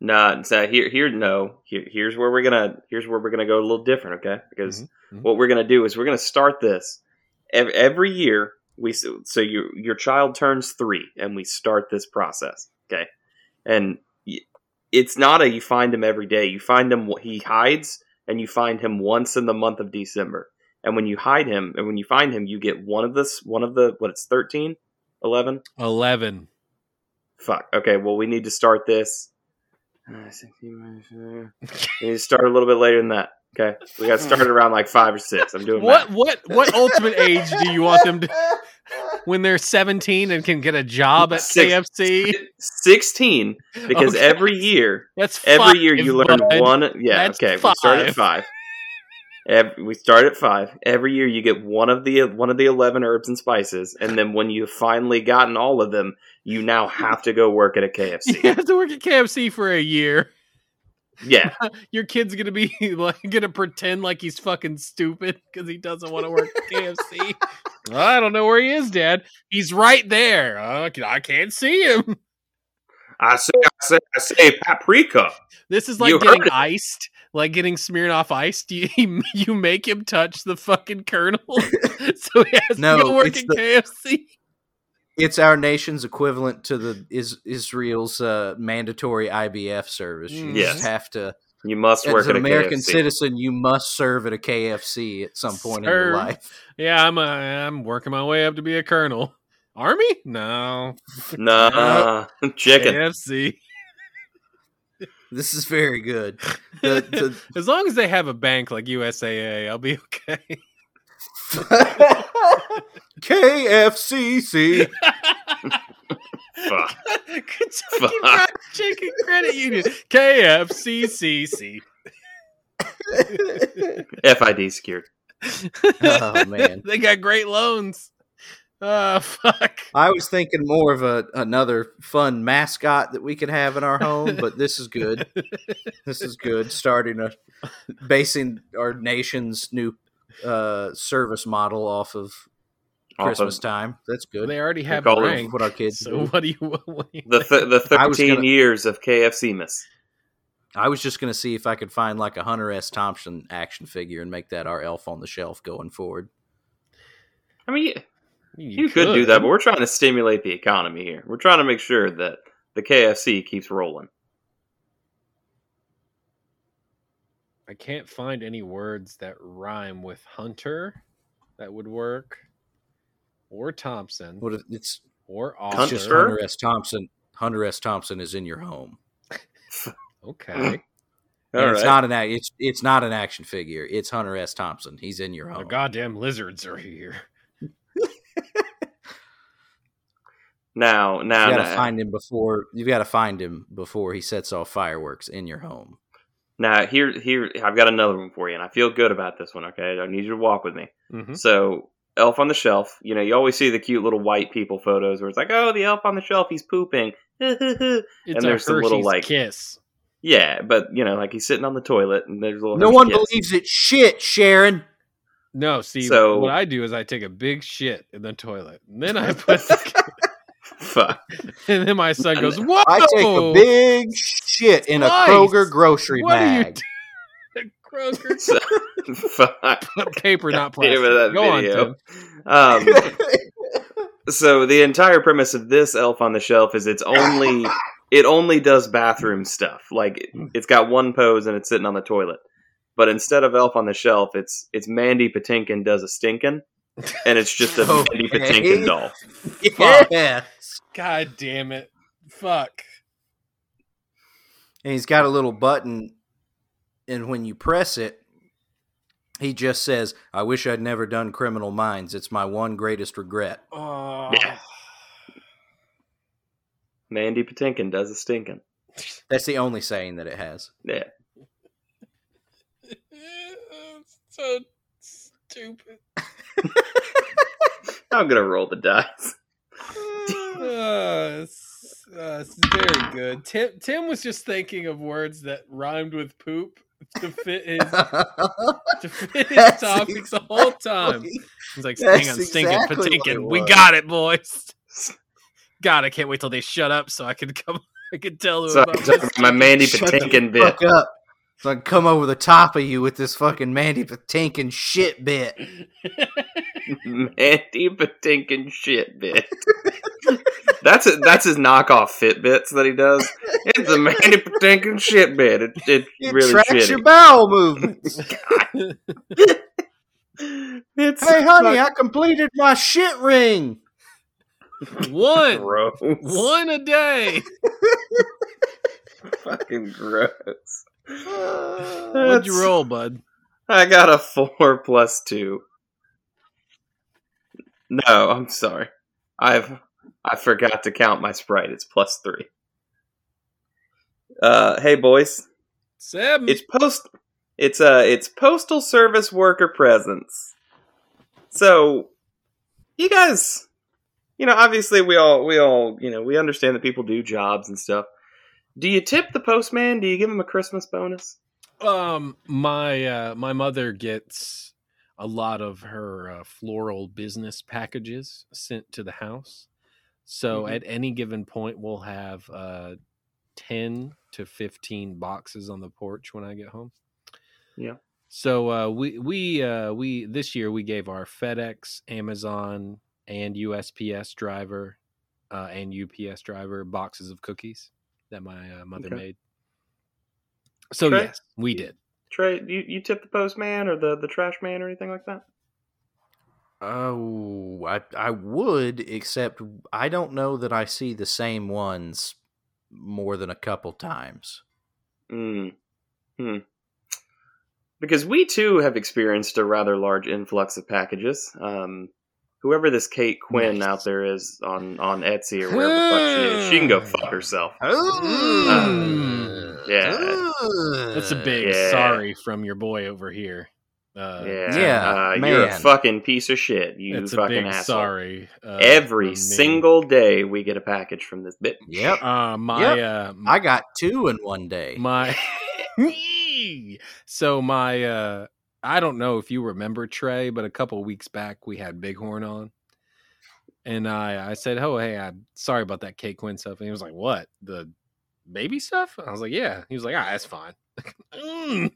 S3: Nah, so here, here, no. Here, here's where we're gonna, here's where we're gonna go a little different, okay? Because
S2: mhm.
S3: what we're gonna do is we're gonna start this every, every year. We s- so your your child turns three, and we start this process, okay? And y- it's not a you find him every day. You find him he hides, and you find him once in the month of December. And when you hide him, and when you find him, you get one of this, one of the what? It's 13, 11?
S2: 11
S3: Fuck. Okay. Well, we need to start this. Uh, 16 minus, uh, we need to start a little bit later than that. Okay. We got started around like five or six. I'm doing
S2: what
S3: math.
S2: what what ultimate age do you want them to when they're 17 and can get a job at
S3: Six.
S2: KFC
S3: sixteen because
S2: Okay.
S3: every year,
S2: That's
S3: every
S2: five,
S3: year you learn
S2: bud.
S3: one. Yeah.
S2: That's
S3: okay. We start at
S2: five.
S3: five. Ev we start at five. Every year you get one of the one of the eleven herbs and spices, and then when you've finally gotten all of them, you now have to go work at a
S2: You
S3: KFC.
S2: have to work at KFC for a year.
S3: yeah.
S2: Your kid's gonna be like gonna pretend like he's fucking stupid because he doesn't want to work at KFC. I don't know where he is, Dad. He's right there. I can- I can't see him.
S3: I say, I say, I say, paprika.
S2: This is like
S3: You heard
S2: getting
S3: it.
S2: iced, like getting smeared off iced. You you make him touch the fucking kernel, so he has
S5: No,
S2: to go work
S5: it's
S2: at
S5: the-
S2: KFC.
S5: It's our nation's equivalent to the is Israel's uh, mandatory IBF service. You
S3: Yes.
S5: just have to
S3: You must work
S5: as
S3: at
S5: an
S3: a
S5: American
S3: KFC.
S5: citizen, you must serve at a KFC at some point in
S2: Serve.
S5: your life.
S2: Yeah, I'm uh, I'm working my way up to be a colonel. Army? No.
S3: Nah, chicken.
S2: KFC.
S5: This is very good. The- the-
S2: as long as they have a bank like USAA, I'll be okay.
S5: KFCC.
S3: Fuck.
S2: Kentucky
S3: Fuck.
S2: Fried Chicken Credit Union, KFCCC.
S3: FID secured.
S5: Oh, man.
S2: they got great loans. Oh fuck!
S5: I was thinking more of a another fun mascot that we could have in our home, but this is good. This is good. Starting a basing our nation's new uh, service model off of
S3: Off of-
S5: Christmas time. That's good.
S2: They already have
S3: call it
S2: rank.
S5: What our kids.
S2: So
S5: do.
S2: what do you? What do you
S3: The th- the
S5: I was
S3: 13
S5: gonna-
S3: years of KFC miss.
S5: I was just gonna see if I could find like a Hunter S. Thompson action figure and make that our elf on the shelf going forward.
S3: I mean, you, you could, do that, but we're trying to stimulate the economy here. We're trying to make sure that the KFC keeps rolling.
S2: I can't find any words that rhyme with Hunter that would work, or Thompson,
S5: What if it's,
S2: or
S5: it's just
S2: Author.
S3: Hunter?
S5: Hunter S. Thompson. Hunter S. Thompson is in your home.
S2: Okay.
S3: All
S5: And
S3: right.
S5: It's not an ac- it's it's not an action figure. It's Hunter S. Thompson. He's in
S3: Oh,
S5: your
S2: The
S5: home.
S2: goddamn lizards are here.
S3: now,
S5: You
S3: now,
S5: gotta
S3: now,
S5: find him before you've gotta find him before he sets off fireworks in your home.
S3: now, here, here, I've got another one for you, and I feel good about this one. Okay, I need you to walk with me.
S5: Hmm?
S2: Mhm.
S3: So, Elf on the Shelf, you know, you always see the cute little white people photos where it's like, oh, the elf on the shelf, he's pooping.
S2: It's
S3: And
S2: a
S3: there's some little,
S2: Hershey's
S3: like-
S2: kiss.
S3: Yeah, but you know, like he's sitting on the toilet and there's a little.
S5: No one believes it. Shit, Sharon.
S2: No, see,
S3: So-
S2: what I do is I take a big shit in the toilet, and then I put,
S3: Fuck.
S2: and then my son goes, "Whoa!"
S5: I take a big shit in a
S2: Nice.
S5: Kroger grocery
S2: What are you
S5: bag.
S2: doing? Kroger
S3: So, fuck.
S2: paper, not
S3: Damn it,
S2: plastic.
S3: that
S2: Go on,
S3: video.
S2: Tim.
S3: Um, so the entire premise of this Elf on the Shelf is it's only it only does bathroom stuff. Like
S5: Hmm.
S3: it, it's got one pose and it's sitting on the toilet. But instead of Elf on the Shelf, it's it's Mandy Patinkin does a stinkin', and it's just a Mandy
S5: Okay.
S3: Patinkin doll.
S5: yeah.
S2: God damn it! Fuck.
S5: and he's got a little button and when you press it he just says i wish i'd never done criminal minds it's my one greatest regret
S2: Oh.
S3: Yeah. Mandy Patinkin does a stinkin'.
S5: that's the only saying that it has
S3: Yeah.
S2: so stupid.
S3: I'm gonna roll the dice.
S2: Uh, it's, uh, it's very good. Tim Tim was just thinking of words that rhymed with poop to fit his to fit his
S5: That's
S2: topics the whole time. He's like, hang on,
S5: That's
S2: stinking,
S5: exactly what it
S2: patinkin. We
S5: was.
S2: got it, boys. God, I can't wait till they shut up so I can come. I can tell them
S3: So
S2: about
S3: I'm talking about my Mandy
S5: Shut the
S3: Patinkin bit.
S5: fuck up so i can come over the top of you with this fucking mandy patinkin shit bit
S3: Mandy Patinkin shit bit. that's a, that's his knockoff Fitbits that he does. It's a Mandy Patinkin shit bit. It, it,
S5: it
S3: really
S5: tracks
S3: shitty.
S5: your bowel movements
S3: it's
S5: hey honey i completed my shit ring
S2: one,
S3: gross.
S2: one a day.
S3: Fucking gross.
S2: What'd
S3: That's-
S2: you roll, bud?
S3: I got a four plus two. No, I'm sorry. I've I forgot to count my sprite. It's plus three. Uh, hey boys,
S2: Seven.
S3: it's post. It's uh, it's postal service worker presence. So, you guys, you know, obviously we all we all you know we understand that people do jobs and stuff. Do you tip the postman? Do you give him a Christmas bonus?
S2: um my uh my mother gets a lot of her uh, floral business packages sent to the house so
S3: Mhm.
S2: at any given point we'll have uh 10 to 15 boxes on the porch when i get home
S3: Yeah.
S2: so uh we we uh we this year we gave our fedex amazon and usps driver uh and ups driver boxes of cookies that my uh, mother
S3: Okay.
S2: made so
S3: Okay.
S2: yes we did
S3: Trey, you, you tip the postman or the, the trash man or anything like that?
S5: Oh, I I would, except I don't know that I see the same ones more than a couple times.
S3: Mm. Hmm. Because we too have experienced a rather large influx of packages. Um, whoever this Kate Quinn
S2: Nice.
S3: out there is on, on Etsy or wherever the fuck she is, she can
S5: Hmm.
S3: go fuck herself.
S2: Mm.
S3: Yeah.
S2: That's a big
S3: Uh, Yeah.
S2: sorry from your boy over here. Uh,
S3: Yeah.
S5: Yeah,
S3: uh, you're a
S5: man.
S3: fucking piece of shit. You
S2: it's a
S3: fucking
S2: big
S3: asshole.
S2: sorry. Uh, from
S3: Every
S2: me.
S3: single day we get a package from this bitch.
S5: Yep.
S2: Uh, my uh,
S5: I got two in one day.
S2: my so my uh i don't know if you remember trey but a couple weeks back we had bighorn on and i i said oh hey i'm sorry about that kate quinn stuff and he was like what the baby stuff i was like yeah he was like ah that's fine Mm.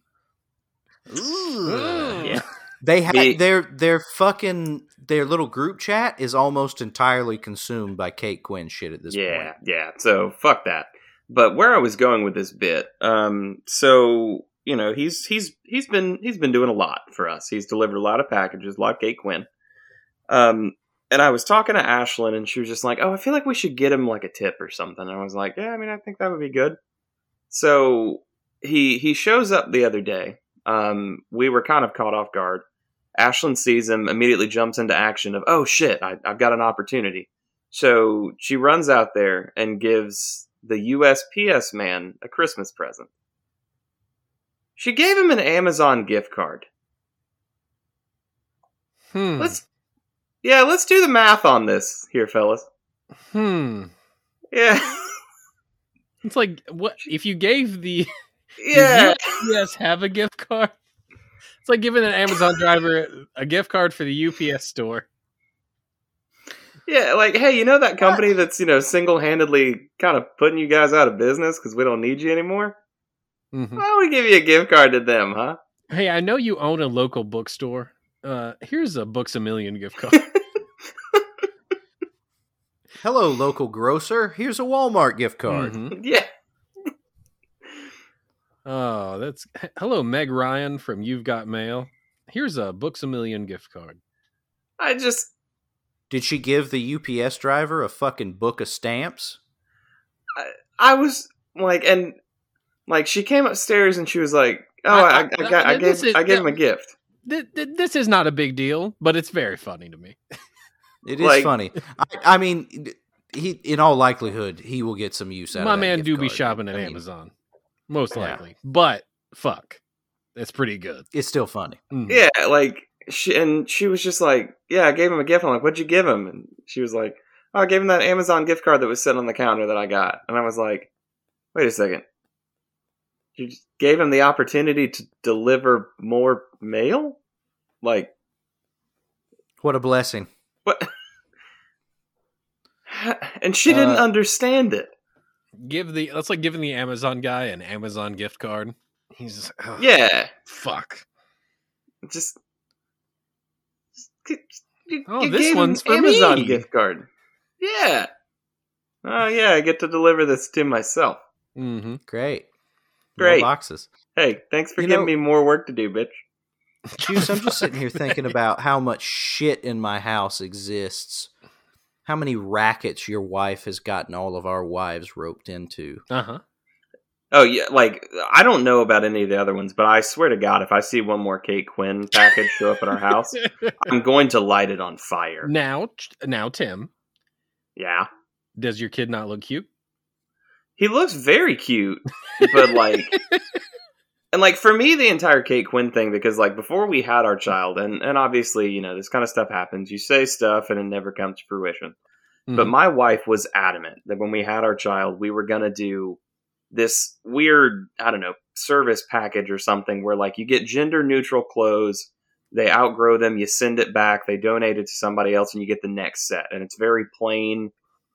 S2: Mm.
S3: Yeah.
S5: They had
S3: Me-
S5: their their fucking their little group chat is almost entirely consumed by Kate Quinn shit at this
S3: yeah,
S5: point.
S3: yeah. So fuck that. But where I was going with this bit, um, so you know, he's he's he's been he's been doing a lot for us. He's delivered a lot of packages, a lot of Kate Quinn. Um, and I was talking to Ashlyn, and she was just like, "Oh, I feel like we should get him like a tip or something." And I was like, "Yeah, I mean, I think that would be good." So he he shows up the other day. Um, we were kind of caught off guard. Ashlyn sees him, immediately jumps into action of, "Oh shit, I, I've got an opportunity." So she runs out there and gives the USPS man a Christmas present. She gave him an Amazon gift card.
S2: Hmm.
S3: Let's Yeah, let's do the math on this here, fellas.
S2: hmm.
S3: Yeah.
S2: It's like what if you gave the
S3: Yeah.
S2: UPS have a gift card? It's like giving an Amazon driver a gift card for the UPS store.
S3: Yeah, like, hey, you know that company that's, you know, single handedly kind of putting you guys out of business because we don't need you anymore?
S5: Mm-hmm.
S2: Mhm.
S3: Why don't we give you a gift card to them, huh?
S2: Hey, I know you own a local bookstore. Uh, here's a Books a Million gift card.
S5: Hello, local grocer. Here's a Walmart gift card.
S2: Mhm.
S3: Yeah.
S2: Oh, that's hello, Meg Ryan from You've Got Mail. Here's a Books a Million gift card.
S3: I just,
S5: Did she give the UPS driver a fucking book of stamps?
S3: I was like, and like, she came upstairs and she was like, oh,
S2: I-
S3: I, I,
S2: I-
S3: got, I
S2: this
S3: gave,
S2: is-
S3: I gave him a gift.
S2: Th- th- this is not a big deal, but it's very funny to me.
S5: It is
S3: Like-
S5: funny. I, I mean, he in all likelihood he will get some use out
S2: My
S5: of that
S2: man
S5: gift
S2: do be
S5: card.
S2: shopping at
S5: I mean,
S2: Amazon, most
S5: Yeah.
S2: likely. But fuck, that's pretty good.
S5: It's still funny.
S2: Mm.
S3: Yeah, like, she, and she was just like, yeah, I gave him a gift. I'm like, what'd you give him? And she was like, oh, I gave him that Amazon gift card that was sitting on the counter that I got. And I was like, wait a second. You just gave him the opportunity to deliver more mail? Like,
S5: What a blessing.
S3: What? And she didn't
S5: Uh,
S3: understand it.
S2: Give the that's like giving the Amazon guy an Amazon gift card. He's just, ugh,
S3: Yeah,
S2: fuck.
S3: just. You,
S2: Oh,
S3: you
S2: this
S3: gave him
S2: one's
S3: an
S2: for
S3: Amazon
S2: me.
S3: gift card. Yeah. Oh yeah, I get to deliver this to myself.
S2: hmm
S5: Great. More
S3: Great.
S5: boxes.
S3: Hey, thanks for
S5: You
S3: giving
S5: know-
S3: me more work to do, bitch.
S5: Juice, I'm just sitting here thinking about how much shit in my house exists. How many rackets your wife has gotten all of our wives roped into.
S2: Uh huh.
S3: Oh yeah, like I don't know about any of the other ones, but I swear to God, if I see one more Kate Quinn package show up at our house, I'm going to light it on fire.
S2: now, now, Tim,
S3: Yeah,
S2: does your kid not look cute?
S3: he looks very cute, but like and like for me the entire kate quinn thing because like before we had our child and and obviously you know this kind of stuff happens you say stuff and it never comes to fruition but
S5: Mm-hmm.
S2: Mhm.
S3: my wife was adamant that when we had our child we were going to do this weird i don't know service package or something where like you get gender neutral clothes they outgrow them you send it back they donate it to somebody else and you get the next set and it's very plain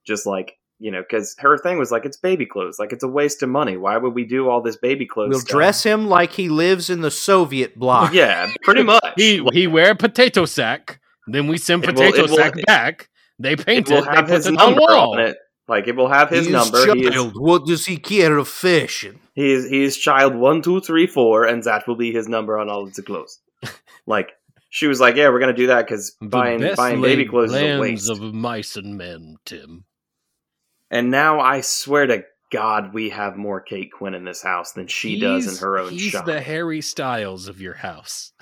S3: just like you know because her thing was like it's baby clothes like it's a waste of money why would we do all this baby clothes
S5: We'll
S3: stuff?
S5: dress him like he lives in the Soviet bloc.
S3: Yeah, pretty much.
S2: he he wear a potato sack. Then we send
S3: It will-
S2: potato
S3: it will-
S2: sack back. They paint
S3: it
S2: it.
S3: will
S2: they
S3: have
S2: put
S3: his
S2: it on the
S3: number
S2: wall.
S3: on it. Like it will have his
S5: He is
S3: number. He is,
S5: child. What does he care of fashion?
S3: he is he is child one two three four, and that will be his number on all of the clothes. like she was like, "Yeah, we're gonna do that because
S2: The
S3: buying
S2: best
S3: buying baby
S2: laid
S3: clothes is a
S2: plans
S3: waste."
S2: of mice and men, Tim.
S3: and now I swear to God, we have more Kate Quinn in this house than she does in
S2: He's-
S3: her own
S2: He's
S3: shop.
S2: the Harry Styles of your house.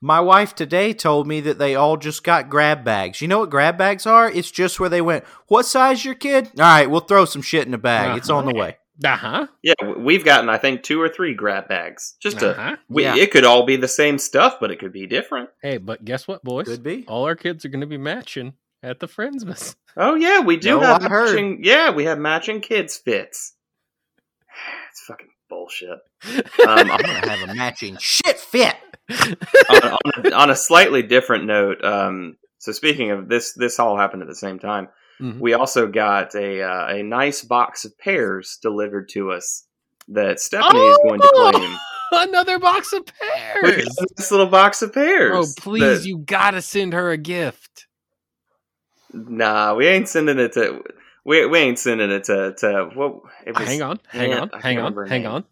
S5: My wife today told me that they all just got grab bags. You know what grab bags are? It's just where they went, What size your kid? All right, we'll throw some shit in the bag. It's on the way.
S2: Uh huh.
S3: yeah, w- we've gotten I think two or three grab bags. Just a
S2: Uh-huh.
S3: we,
S5: Yeah.
S3: it could all be the same stuff, but it could be different.
S2: Hey, but guess what, boys?
S5: Could be.
S2: All our kids are going to be matching at the Friendsmas.
S3: Oh yeah, we do
S5: No,
S3: have
S5: I heard.
S3: matching. Yeah, we have matching kids fits. It's fucking bullshit. Um,
S5: I'm going to have a matching shit fit.
S3: on, on, on a slightly different note, um, so speaking of this, this all happened at the same time.
S2: Mhm.
S3: We also got a uh, a nice box of pears delivered to us that Stephanie is going to
S2: Oh!
S3: claim.
S2: Another box of
S3: We
S2: pears.
S3: got this little box of pears.
S2: Oh, please,
S3: that-
S2: you got to send her a gift.
S3: nah, we ain't sending it to. We, we ain't sending it to to what? It was,
S2: Hang on, hang
S3: Yeah,
S2: on,
S3: I can't
S2: hang
S3: remember
S2: on,
S3: her
S2: hang
S3: name.
S2: on.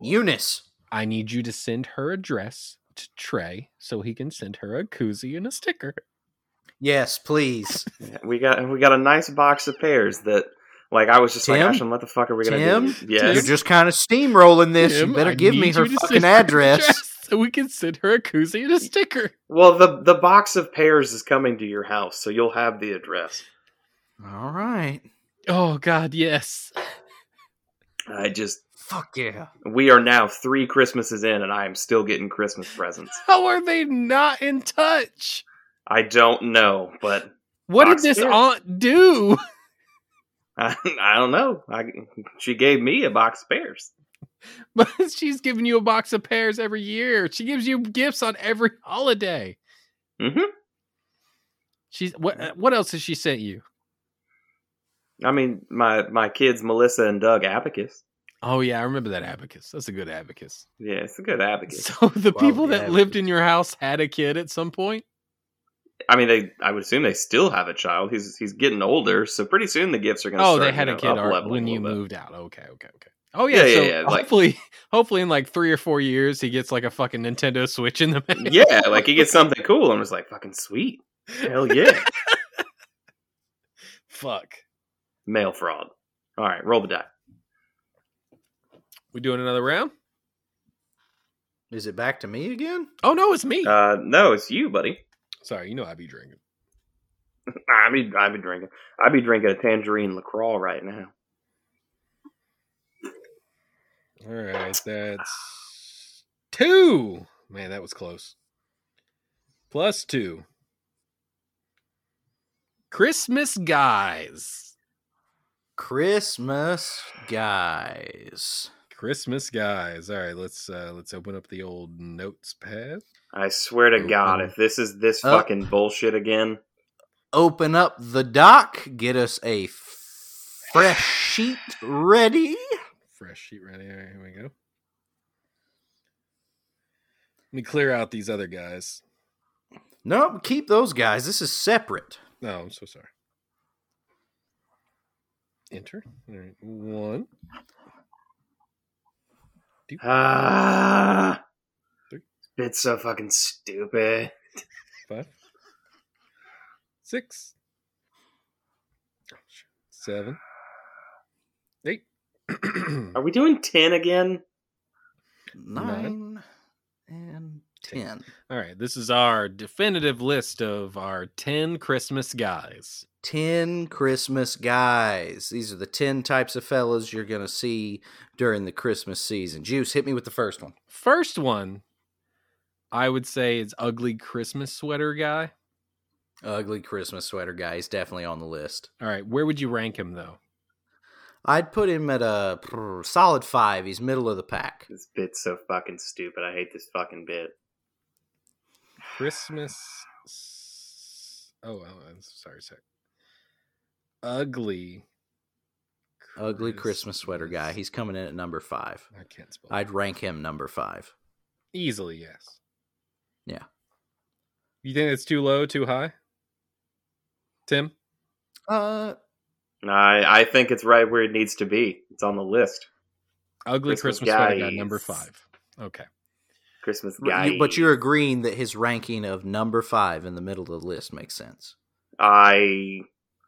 S5: Eunice.
S2: I need you to send her address to Trey so he can send her a koozie and a sticker.
S5: Yes, please.
S3: We got we got a nice box of pears that. Like I was just like,
S5: Tim?
S3: Ashton, what the fuck are we gonna
S5: Tim?
S3: do? Yes.
S5: You're just kind of steamrolling this.
S2: Tim,
S5: you better
S2: I
S5: give me
S2: need
S5: her
S2: you to
S5: fucking
S2: send her
S5: address.
S2: so we can send her a koozie and a sticker.
S3: Well, the the box of pears is coming to your house, so you'll have the address.
S5: All right.
S2: Oh God, yes.
S3: I just
S5: Fuck yeah.
S3: we are now three Christmases in, and I am still getting Christmas presents.
S2: How are they not in touch?
S3: I don't know, but
S2: What
S3: Box
S2: did this
S3: pears.
S2: aunt do?
S3: I, I don't know. I, she gave me a box of pears.
S2: But she's giving you a box of pears every year. She gives you gifts on every holiday.
S3: hmm
S2: She's what? uh, What else has she sent you?
S3: I mean, my my kids, Melissa and Doug Abacus.
S2: Oh yeah, I remember that abacus. That's a good abacus.
S3: Yeah, it's a good abacus.
S2: So the
S5: Wow,
S2: people
S5: the
S2: that lived
S5: abacus.
S2: in your house had a kid at some point.
S3: I mean, they. I would assume they still have a child. He's he's getting older, so pretty soon the gifts are going to.
S2: Oh, they had a kid ar- when you moved out. Okay, okay, okay. Oh yeah,
S3: Yeah, yeah,
S2: so
S3: yeah, like-
S2: hopefully, hopefully in like three or four years, he gets like a fucking Nintendo Switch in the mail.
S3: Yeah, like he gets something cool. I'm just like fucking sweet. Hell yeah,
S2: Fuck.
S3: mail fraud. All right, roll the die.
S2: We doing another round?
S5: Is it back to me again?
S2: Oh no, it's me.
S3: Uh, no, it's you, buddy.
S2: Sorry, you know I be drinking.
S3: I mean, I'd be drinking. I'd be drinking a tangerine lacroix right now.
S2: All right, that's two. Man, that was close. Plus two. Christmas guys.
S5: Christmas guys.
S2: Christmas guys. All right, let's uh let's open up the old notes pad.
S3: I swear to
S2: Oh,
S3: God,
S2: um,
S3: if this is this
S5: up.
S3: fucking bullshit again,
S5: Open up the dock. Get us a f- fresh sheet ready.
S2: Fresh sheet ready. All right, here we go. Let me clear out these other guys.
S5: Nope, keep those guys. This is separate.
S2: No, Oh, I'm so sorry. Enter. All right, one.
S3: ah,
S2: Three.
S3: this bit's so fucking stupid.
S2: five, six, seven, eight.
S3: Are we doing ten again?
S5: Nine, and ten.
S2: All right, this is our definitive list of our 10 Christmas guys.
S5: Ten Christmas guys. These are the ten types of fellas you're gonna see during the Christmas season. Juice, hit me with the first one.
S2: First one, I would say is ugly Christmas sweater guy.
S5: Ugly Christmas sweater guy. He's definitely on the list.
S2: All right, where would you rank him though?
S5: I'd put him at a prr, solid five. He's middle of the pack.
S3: This bit's so fucking stupid. I hate this fucking bit.
S2: Christmas. s- Oh, oh, I'm sorry, sorry. Ugly.
S5: Ugly Christmas sweater guy. He's coming in at number five.
S2: I can't spell.
S5: I'd rank him number five.
S2: Easily, yes.
S5: Yeah.
S2: You think it's too low, too high? Tim?
S5: Uh,
S3: I I think it's right where it needs to be. It's on the list.
S2: Ugly
S3: Christmas
S2: Christmas sweater guy, number
S3: guys.
S2: five. Okay.
S3: Christmas
S5: r-
S3: guy.
S5: you- but you're agreeing that his ranking of number five in the middle of the list makes sense.
S3: I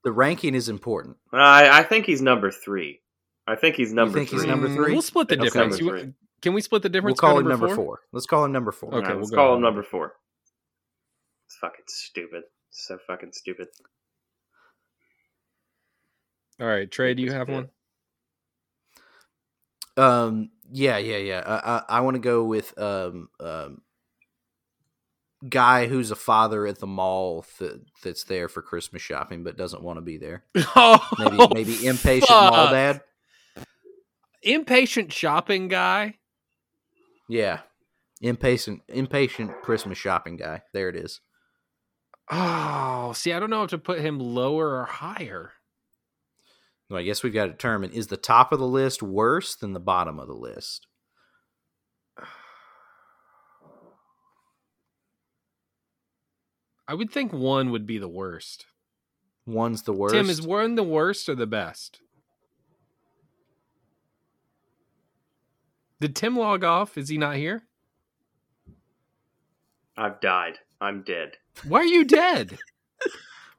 S5: The ranking is important.
S3: I I think he's number three. I think he's number
S5: think
S3: three.
S5: he's number
S2: Mm,
S5: three?
S2: We'll split the
S5: Okay.
S2: difference.
S3: Number
S2: You-
S3: three.
S2: Can we split the difference?
S5: we'll call him number 4 Let's call him number four.
S2: Okay,
S3: Alright,
S2: we'll
S3: let's
S2: go
S3: call
S2: with
S3: him
S2: number
S3: number four. It's fucking stupid. So fucking stupid.
S2: All right, Trey, do you have one?
S5: Um, yeah, yeah, yeah. I, I, I want to go with um, um, guy who's a father at the mall th- that's there for Christmas shopping but doesn't want to be there.
S2: Oh,
S5: Maybe maybe impatient mall
S2: fuck.
S5: dad.
S2: Impatient shopping guy.
S5: Yeah. Impatient impatient Christmas shopping guy. There it is.
S2: Oh, see, I don't know if to put him lower or higher.
S5: Well, I guess we've got to determine is the top of the list worse than the bottom of the list?
S2: I would think one would be the worst.
S5: One's the worst.
S2: Tim, is one the worst or the best? Did Tim log off? Is he not here?
S3: I've died. I'm dead.
S2: Why are you dead?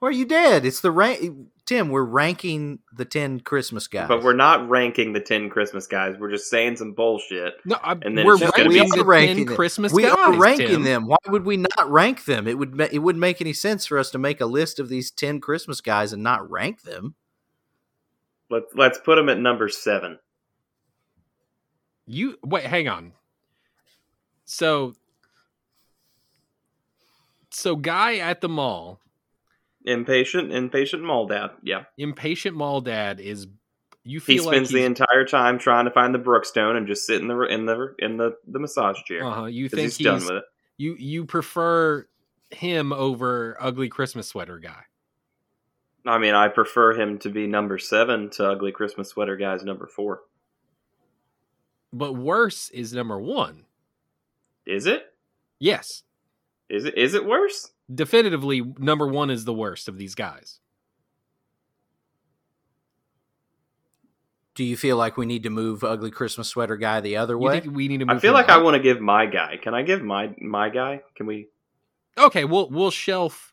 S5: well, you did. It's the rank. Tim, we're ranking the ten Christmas guys.
S3: But we're not ranking the ten Christmas guys. We're just saying some bullshit.
S2: No, I,
S3: And then
S2: we're
S3: it's just gonna
S2: ranking,
S3: be-
S5: We
S2: the
S5: are ranking
S2: 10
S5: it.
S2: Christmas
S5: we
S2: guys,
S5: are ranking
S2: Tim.
S5: them. Why would we not rank them? It would ma- it wouldn't make any sense for us to make a list of these ten Christmas guys and not rank them.
S3: Let's let's put him at number seven.
S2: You wait, hang on. So, so guy at the mall
S3: Impatient, impatient mole dad. Yeah,
S2: Impatient mall dad is you
S3: he
S2: feel
S3: spends
S2: like
S3: the
S2: he's,
S3: entire time trying to find the Brookstone and just sit in the in the in the, the massage chair
S2: uh-huh, you
S3: 'Cause
S2: think
S3: he's,
S2: he's,
S3: done with it.
S2: you you prefer him over ugly Christmas sweater guy.
S3: I mean, I prefer him to be number seven to Ugly Christmas Sweater Guy's number four.
S2: But worse is number one.
S3: Is it?
S2: Yes,
S3: Is it? Is it worse?
S2: definitively number one is the worst of these guys.
S5: Do you feel like we need to move ugly Christmas sweater guy the other
S2: You
S5: way?
S2: think we need to move
S3: I feel
S2: him
S3: like
S2: up?
S3: I want to give my guy. Can I give my my guy? Can we?
S2: okay, we'll we'll shelf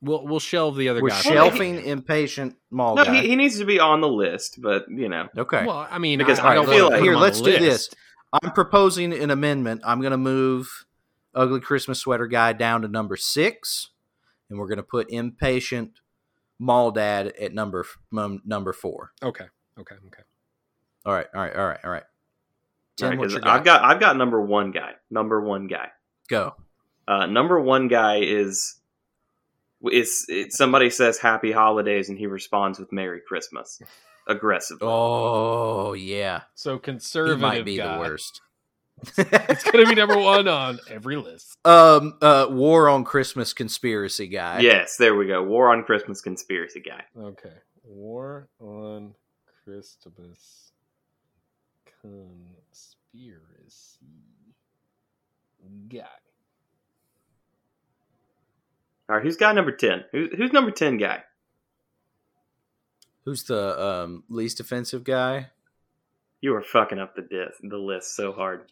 S2: we'll we'll shelve the other
S5: We're
S2: guy. for
S5: shelving
S2: now.
S5: impatient mall
S3: No,
S5: guy.
S3: he, he needs to be on the list, but you know,
S5: okay.
S2: Well, I mean,
S3: Because
S2: I,
S3: I
S2: don't
S3: feel
S2: wanna
S3: like-
S2: put
S5: Here,
S2: him on the
S5: let's do this.
S2: list.
S5: I'm proposing an amendment. I'm going to move ugly Christmas sweater guy down to number six, and we're going to put impatient mall dad at number mum, number four.
S2: Okay, okay, okay.
S5: All right, all right, all right, all right. Tim,
S3: Right,
S5: what
S3: 'cause
S5: you
S3: I've got I've got number one guy. Number one guy.
S5: go.
S3: Uh, number one guy is is it, somebody says Happy Holidays and he responds with Merry Christmas, aggressively.
S5: Oh yeah,
S2: So
S5: he
S2: conservative
S5: might be
S2: guy.
S5: the worst.
S2: It's gonna be number one on every list.
S5: um, uh, war on Christmas conspiracy guy.
S3: Yes, there we go. War on Christmas conspiracy guy.
S2: Okay, war on Christmas conspiracy guy.
S3: All right, who's guy number ten? Who's who's number ten guy?
S5: Who's the um, least offensive guy?
S3: You are fucking up the dis- the list so hard.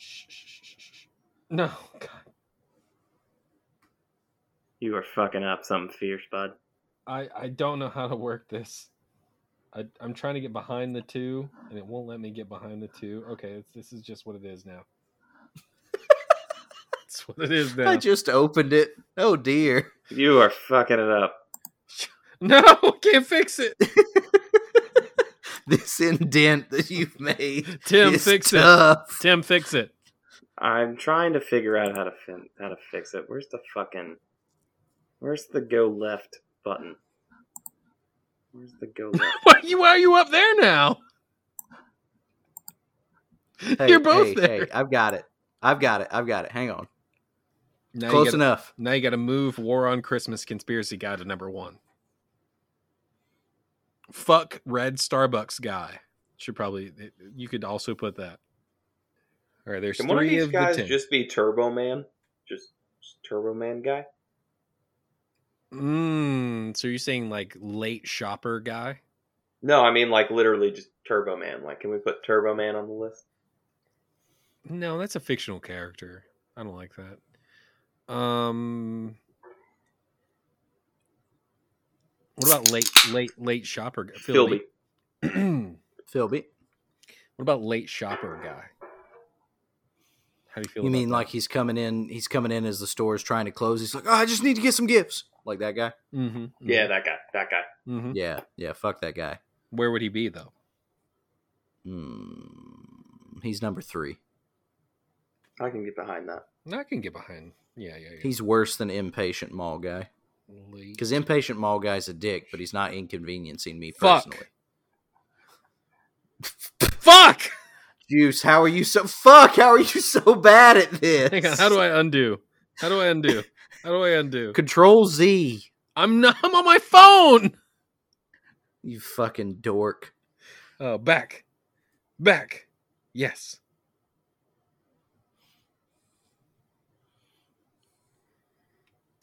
S2: No, God,
S3: You are fucking up something fierce, bud.
S2: I I don't know how to work this. I, I'm trying to get behind the two, and it won't let me get behind the two. Okay, it's, this is just what it is now. That's what it is now.
S5: I just opened it. Oh dear.
S3: You are fucking it up.
S2: No, can't fix it.
S5: this indent that you've made.
S2: Tim,
S5: is
S2: fix it.
S5: tough.
S2: Tim, fix it.
S3: I'm trying to figure out how to fin- how to fix it. Where's the fucking Where's the go left button? Where's the go left?
S2: Why you? Why are you up there now?
S5: Hey,
S2: You're both
S5: hey,
S2: there.
S5: hey, I've got it. I've got it. I've got it. Hang on.
S2: Now
S5: Close
S2: you gotta,
S5: enough.
S2: Now you got to move War on Christmas conspiracy guy to number one. Fuck red Starbucks guy. Should probably eh, you could also put that. All right, there's
S3: Can one of
S2: three
S3: these
S2: of the
S3: guys
S2: ten.
S3: just be Turbo Man? Just, just Turbo Man guy?
S2: Mm, so you're saying like late shopper guy?
S3: No, I mean like literally just Turbo Man. Like, can we put Turbo Man on the list?
S2: No, that's a fictional character. I don't like that. Um, what about late, late, late shopper? guy?
S3: Philby.
S2: what
S5: Philby.
S2: about late shopper guy? How do you feel?
S5: You
S2: about
S5: mean
S2: that?
S5: like he's coming in he's coming in as the store is trying to close. He's like, oh, I just need to get some gifts. Like that guy?
S2: Mm-hmm,
S3: Yeah, that guy. That guy.
S2: hmm
S5: Yeah. Yeah, fuck that guy.
S2: Where would he be though?
S5: Mm, Hmm. he's number three.
S3: I can get behind that.
S2: I can get behind. Yeah, yeah, yeah.
S5: He's worse than impatient mall guy.
S2: Late-
S5: Because impatient mall guy's a dick, but he's not inconveniencing me
S2: Fuck.
S5: personally.
S2: fuck.
S5: Juice, how are you so fuck? How are you so bad at this?
S2: Hang on. How do I undo? How do I undo? How do I undo?
S5: Control Z?
S2: I'm not. I'm on my phone.
S5: You fucking dork.
S2: Uh, back, back. Yes.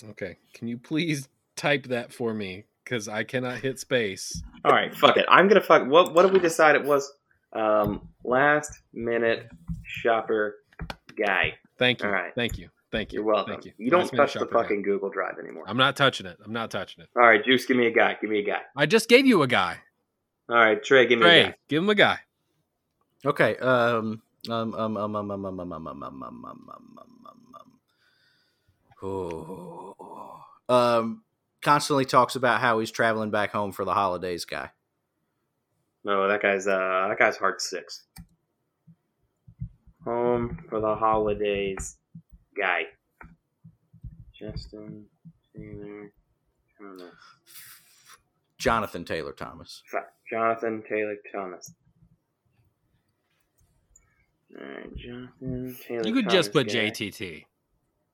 S2: Okay. Can you please type that for me? Because I cannot hit space.
S3: All right, fuck it. I'm gonna fuck. What What did we decide it was? Um, last minute shopper guy.
S2: Thank you.
S3: All right.
S2: Thank you. Thank you.
S3: You're welcome.
S2: Thank you.
S3: you. don't
S2: Last minute
S3: touch the
S2: shopper guy.
S3: fucking Google Drive anymore.
S2: I'm not touching it. I'm not touching it.
S3: All right, Juice, give me a guy. Give me a guy.
S2: I just gave you a guy.
S3: All right, Trey, give me a
S2: Trey,
S3: guy.
S2: give him a guy.
S5: Okay. Um. Um. Um. Um. Um. Um. Um. Um. Um. Um. Um. Um. Um. um, um. Oh. Um. Constantly talks about how he's traveling back home for the holidays. Guy.
S3: No, that guy's uh, that guy's hard six. Home for the holidays, guy. Justin Taylor Thomas.
S5: Jonathan Taylor Thomas.
S3: Fuck, Jonathan Taylor Thomas. All right, Jonathan Taylor.
S2: You could just put
S3: Thomas guy.
S2: JTT.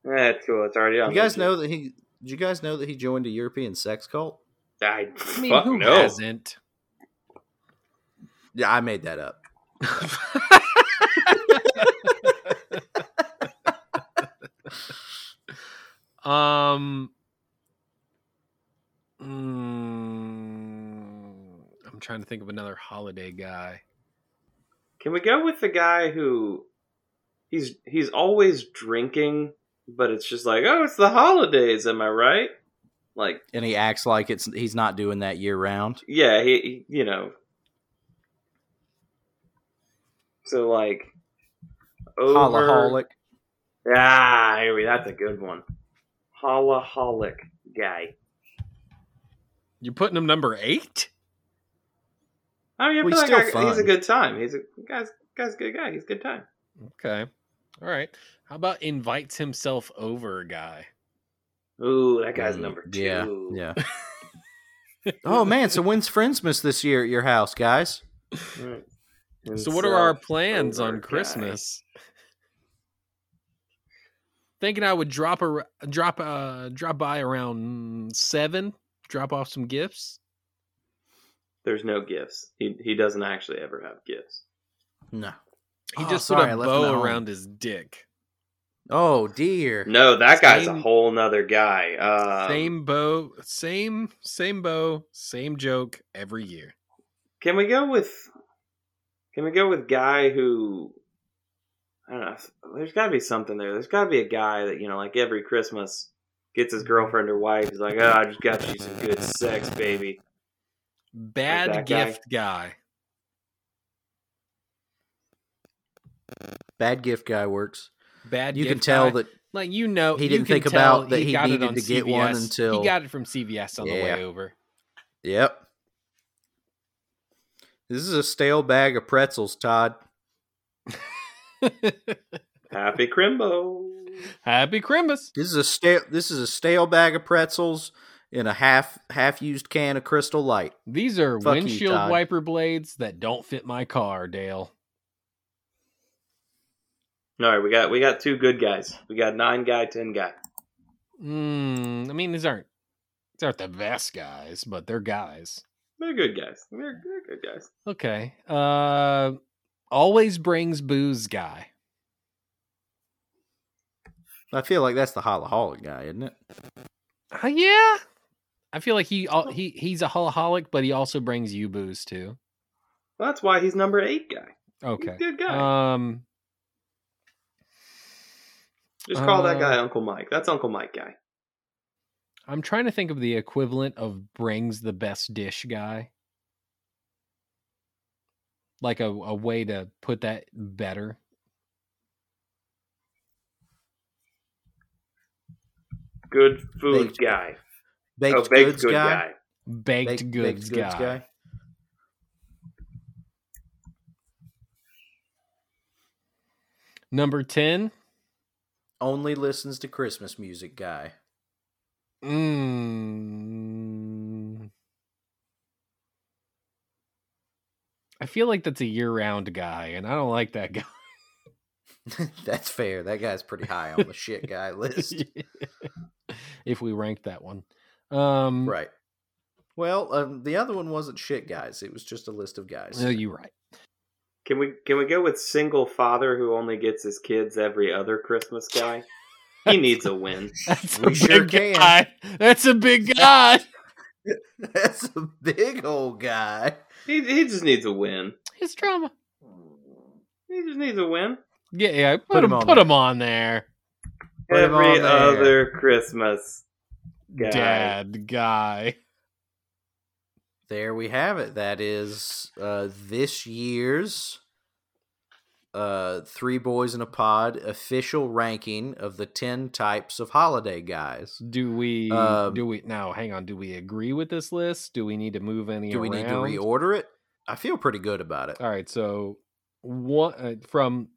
S3: That's cool. It's already on.
S5: You guys
S3: YouTube.
S5: know that he. Did you guys know that he joined a European sex cult?
S3: I,
S2: I mean,
S3: fuck
S2: who
S3: no.
S2: hasn't?
S5: Yeah, I made that up.
S2: um, mm, I'm trying to think of another holiday guy.
S3: Can we go with the guy who he's he's always drinking, but it's just like, oh, it's the holidays, am I right? Like,
S5: And he acts like it's he's not doing that year round.
S3: yeah, he, he- you know. So like, over
S5: Holaholic.
S3: ah, here we, that's a good one. Holaholic guy.
S2: You're putting him number eight.
S3: I mean, I
S5: Well,
S3: feel
S5: he's
S3: like
S5: still
S3: I- he's a
S5: fun.
S3: good time. He's a guy's guy's a good guy. He's a good time.
S2: Okay, all right. How about invites himself over guy?
S3: Ooh, that guy's number two.
S5: Mm, Yeah, yeah. oh man, so when's Friendsmas this year at your house, guys?
S3: Right.
S2: So, what are our
S3: Himself
S2: plans
S3: over
S2: on
S3: guy.
S2: Christmas? Thinking I would drop a drop uh drop by around seven, drop off some gifts.
S3: There's no gifts. He he doesn't actually ever have gifts.
S5: No.
S2: He
S5: Oh,
S2: just
S5: sorry, I
S2: sort of
S5: left him at
S2: bow
S5: home.
S2: around his dick.
S5: Oh dear.
S3: No, that guy's a
S2: Same-
S3: whole nother guy. Um,
S2: same bow, same same bow, same joke every year.
S3: Can we go with? Can we go with guy who? I don't know. There's got to be something there. There's got to be a guy that you know, like every Christmas, gets his girlfriend or wife. He's like, "Oh, I just got you some good sex, baby."
S2: Bad
S3: that guy.
S2: gift guy.
S5: Bad gift guy works.
S2: Bad.
S5: You can
S2: gift
S5: tell
S2: guy.
S5: that
S2: like you know
S5: he
S2: you
S5: didn't
S2: can
S5: think
S2: tell
S5: about that he
S2: got it
S5: needed
S2: on
S5: to get one
S2: CVS.
S5: until-
S2: he got it from CVS on the
S5: Yeah.
S2: way over.
S5: Yep. This is a stale bag of pretzels, Todd.
S3: Happy Crimbo.
S2: Happy Christmas.
S5: This is a stale this is a stale bag of pretzels in a half half used can of crystal light.
S2: These are
S5: Fuck you,
S2: windshield
S5: Todd.
S2: wiper blades that don't fit my car, Dale.
S3: All right, we got we got two good guys. We got nine guy, ten guy.
S2: Mm, I mean, these aren't these aren't the best guys, but they're guys.
S3: They're good guys. They're, they're good guys.
S2: Okay. Uh, always brings booze guy.
S5: I feel like that's the holaholic guy, isn't
S3: Oh,
S5: it?
S2: Uh, yeah. I feel like he al- he he's a holaholic, but he also brings you booze too.
S3: Well, that's why he's number eight guy.
S2: Okay.
S3: He's a good guy.
S2: Um.
S3: Just call that
S2: uh,
S3: guy Uncle Mike. That's Uncle Mike guy.
S2: I'm trying to think of the equivalent of brings the best dish guy. Like a, a way to put that better.
S3: Good food
S5: Baked-
S3: guy.
S5: Baked,
S3: oh, baked
S5: goods
S3: good
S5: guy.
S3: guy.
S2: Baked, goods, guy. Number 10.
S5: Only listens to Christmas music guy.
S2: Mm. I feel like that's a year round guy, and I don't like that guy.
S5: that's fair. That guy's pretty high on the shit guy list.
S2: if we rank that one. Um,
S5: Right. Well, um, the other one wasn't shit guys. It was just a list of guys.
S2: No, you're right.
S3: Can we can we go with single father who only gets his kids every other Christmas guy? He needs a win.
S2: That's a
S5: We sure
S2: big
S5: can.
S2: guy. That's a big guy.
S5: That's a big old guy.
S3: He, he just needs a win.
S2: It's drama.
S3: He just needs a win.
S2: Yeah, yeah. Put,
S5: Put
S2: him,
S5: him on
S2: put
S5: there.
S2: him on there.
S5: Put him
S3: every
S5: on there.
S3: other Christmas guy.
S2: Dad guy.
S5: There we have it. That is uh, this year's uh, Three Boys in a Pod official ranking of the 10 types of holiday guys.
S2: Do we?
S5: Um,
S2: do we? Now, hang on. Do we agree with this list? Do we need to move any
S5: Do we need to
S2: around?
S5: reorder it? I feel pretty good about it.
S2: All right. So one uh, from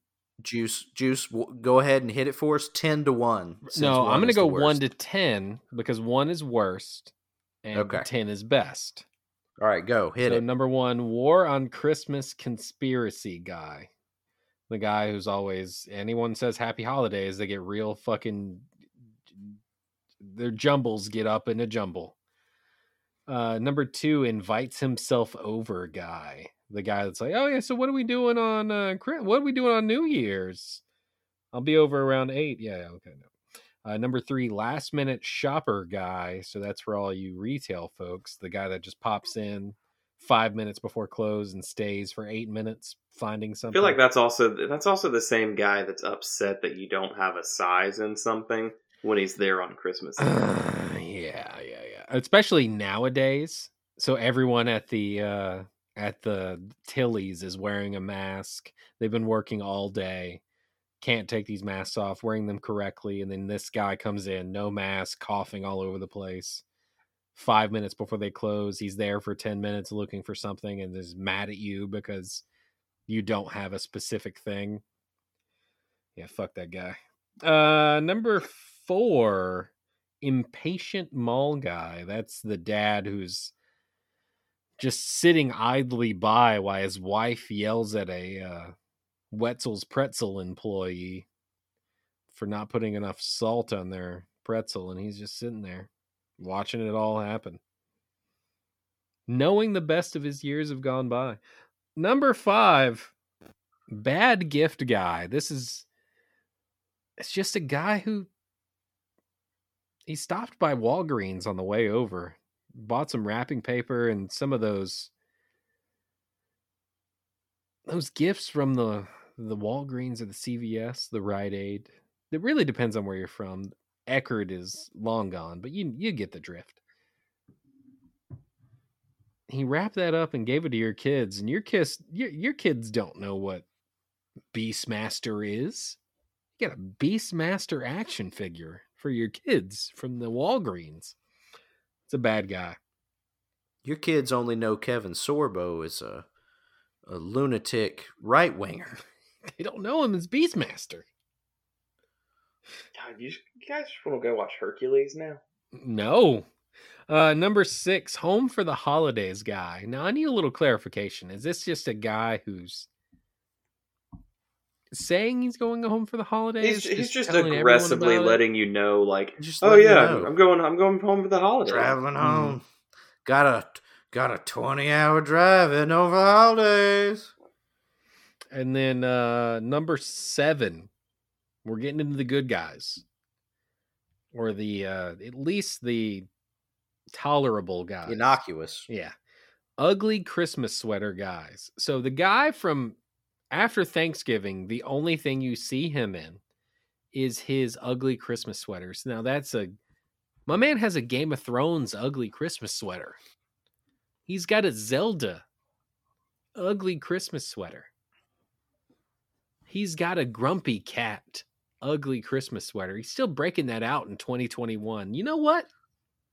S5: Juice, Juice, w- go ahead and hit it for us 10 to 1. since
S2: no.
S5: one
S2: I'm going to
S5: is the
S2: go one
S5: worst.
S2: to ten because one is worst and
S5: Okay.
S2: 10 is best.
S5: All right, go hit
S2: so
S5: it.
S2: number one, War on Christmas conspiracy guy. The guy who's always anyone says happy holidays, they get real fucking their jumbles get up in a jumble. Uh number two invites himself over guy. The guy that's like, Oh yeah, so what are we doing on uh Chri- what are we doing on New Year's? I'll be over around eight. Yeah, okay, no. Uh, number three, last minute shopper guy. So that's for all you retail folks, the guy that just
S3: Hmm.
S2: pops in five minutes before close and stays for eight minutes finding
S3: I
S2: something.
S3: feel like that's also that's also the same guy that's upset that you don't have a size in something when he's there on Christmas. Eve.
S2: Uh, yeah, yeah, yeah. Especially nowadays. So everyone at the uh at the Tilly's is wearing a mask. They've been working all day. Can't take these masks off, wearing them correctly, and then this guy comes in, no mask, coughing all over the place. Five minutes before they close, he's there for ten minutes looking for something and is mad at you because you don't have a specific thing. Yeah, fuck that guy. Uh number four impatient mall guy. That's the dad who's just sitting idly by while his wife yells at a uh, Wetzel's pretzel employee for not putting enough salt on their pretzel, and he's just sitting there watching it all happen, knowing the best of his years have gone by. Number five, bad gift guy. This is. It's just a guy who he stopped by Walgreens on the way over, bought some wrapping paper and some of those those gifts from the the Walgreens or the CVS, the Rite Aid. It really depends on where you're from. Eckerd is long gone, but you you get the drift. He wrapped that up and gave it to your kids, and your kids your, your kids don't know what Beastmaster is. You got a Beastmaster action figure for your kids from the Walgreens. It's a bad guy.
S5: Your kids only know Kevin Sorbo is a a lunatic right winger.
S2: They don't know him as Beastmaster.
S3: God, you, you guys just want to go watch Hercules now?
S2: No. Uh, number six, home for the holidays guy. Now I need a little clarification. Is this just a guy who's saying he's going home for the holidays?
S3: He's, he's just
S2: telling everyone
S3: aggressively
S2: about it?
S3: letting you know, like,
S5: Just
S3: oh
S5: let me
S3: yeah,
S5: know.
S3: I'm going, I'm going home for the holiday.
S5: Traveling
S2: Mm-hmm.
S5: home. Got a got a twenty hour drive in over the holidays.
S2: And then uh number seven, we're getting into the good guys. Or the uh at least the tolerable guys.
S5: Innocuous.
S2: Yeah. Ugly Christmas sweater guys. So the guy from after Thanksgiving, the only thing you see him in is his ugly Christmas sweaters. Now that's a my man has a Game of Thrones ugly Christmas sweater. He's got a Zelda ugly Christmas sweater. He's got a grumpy cat ugly Christmas sweater. He's still breaking that out in 2021. You know what?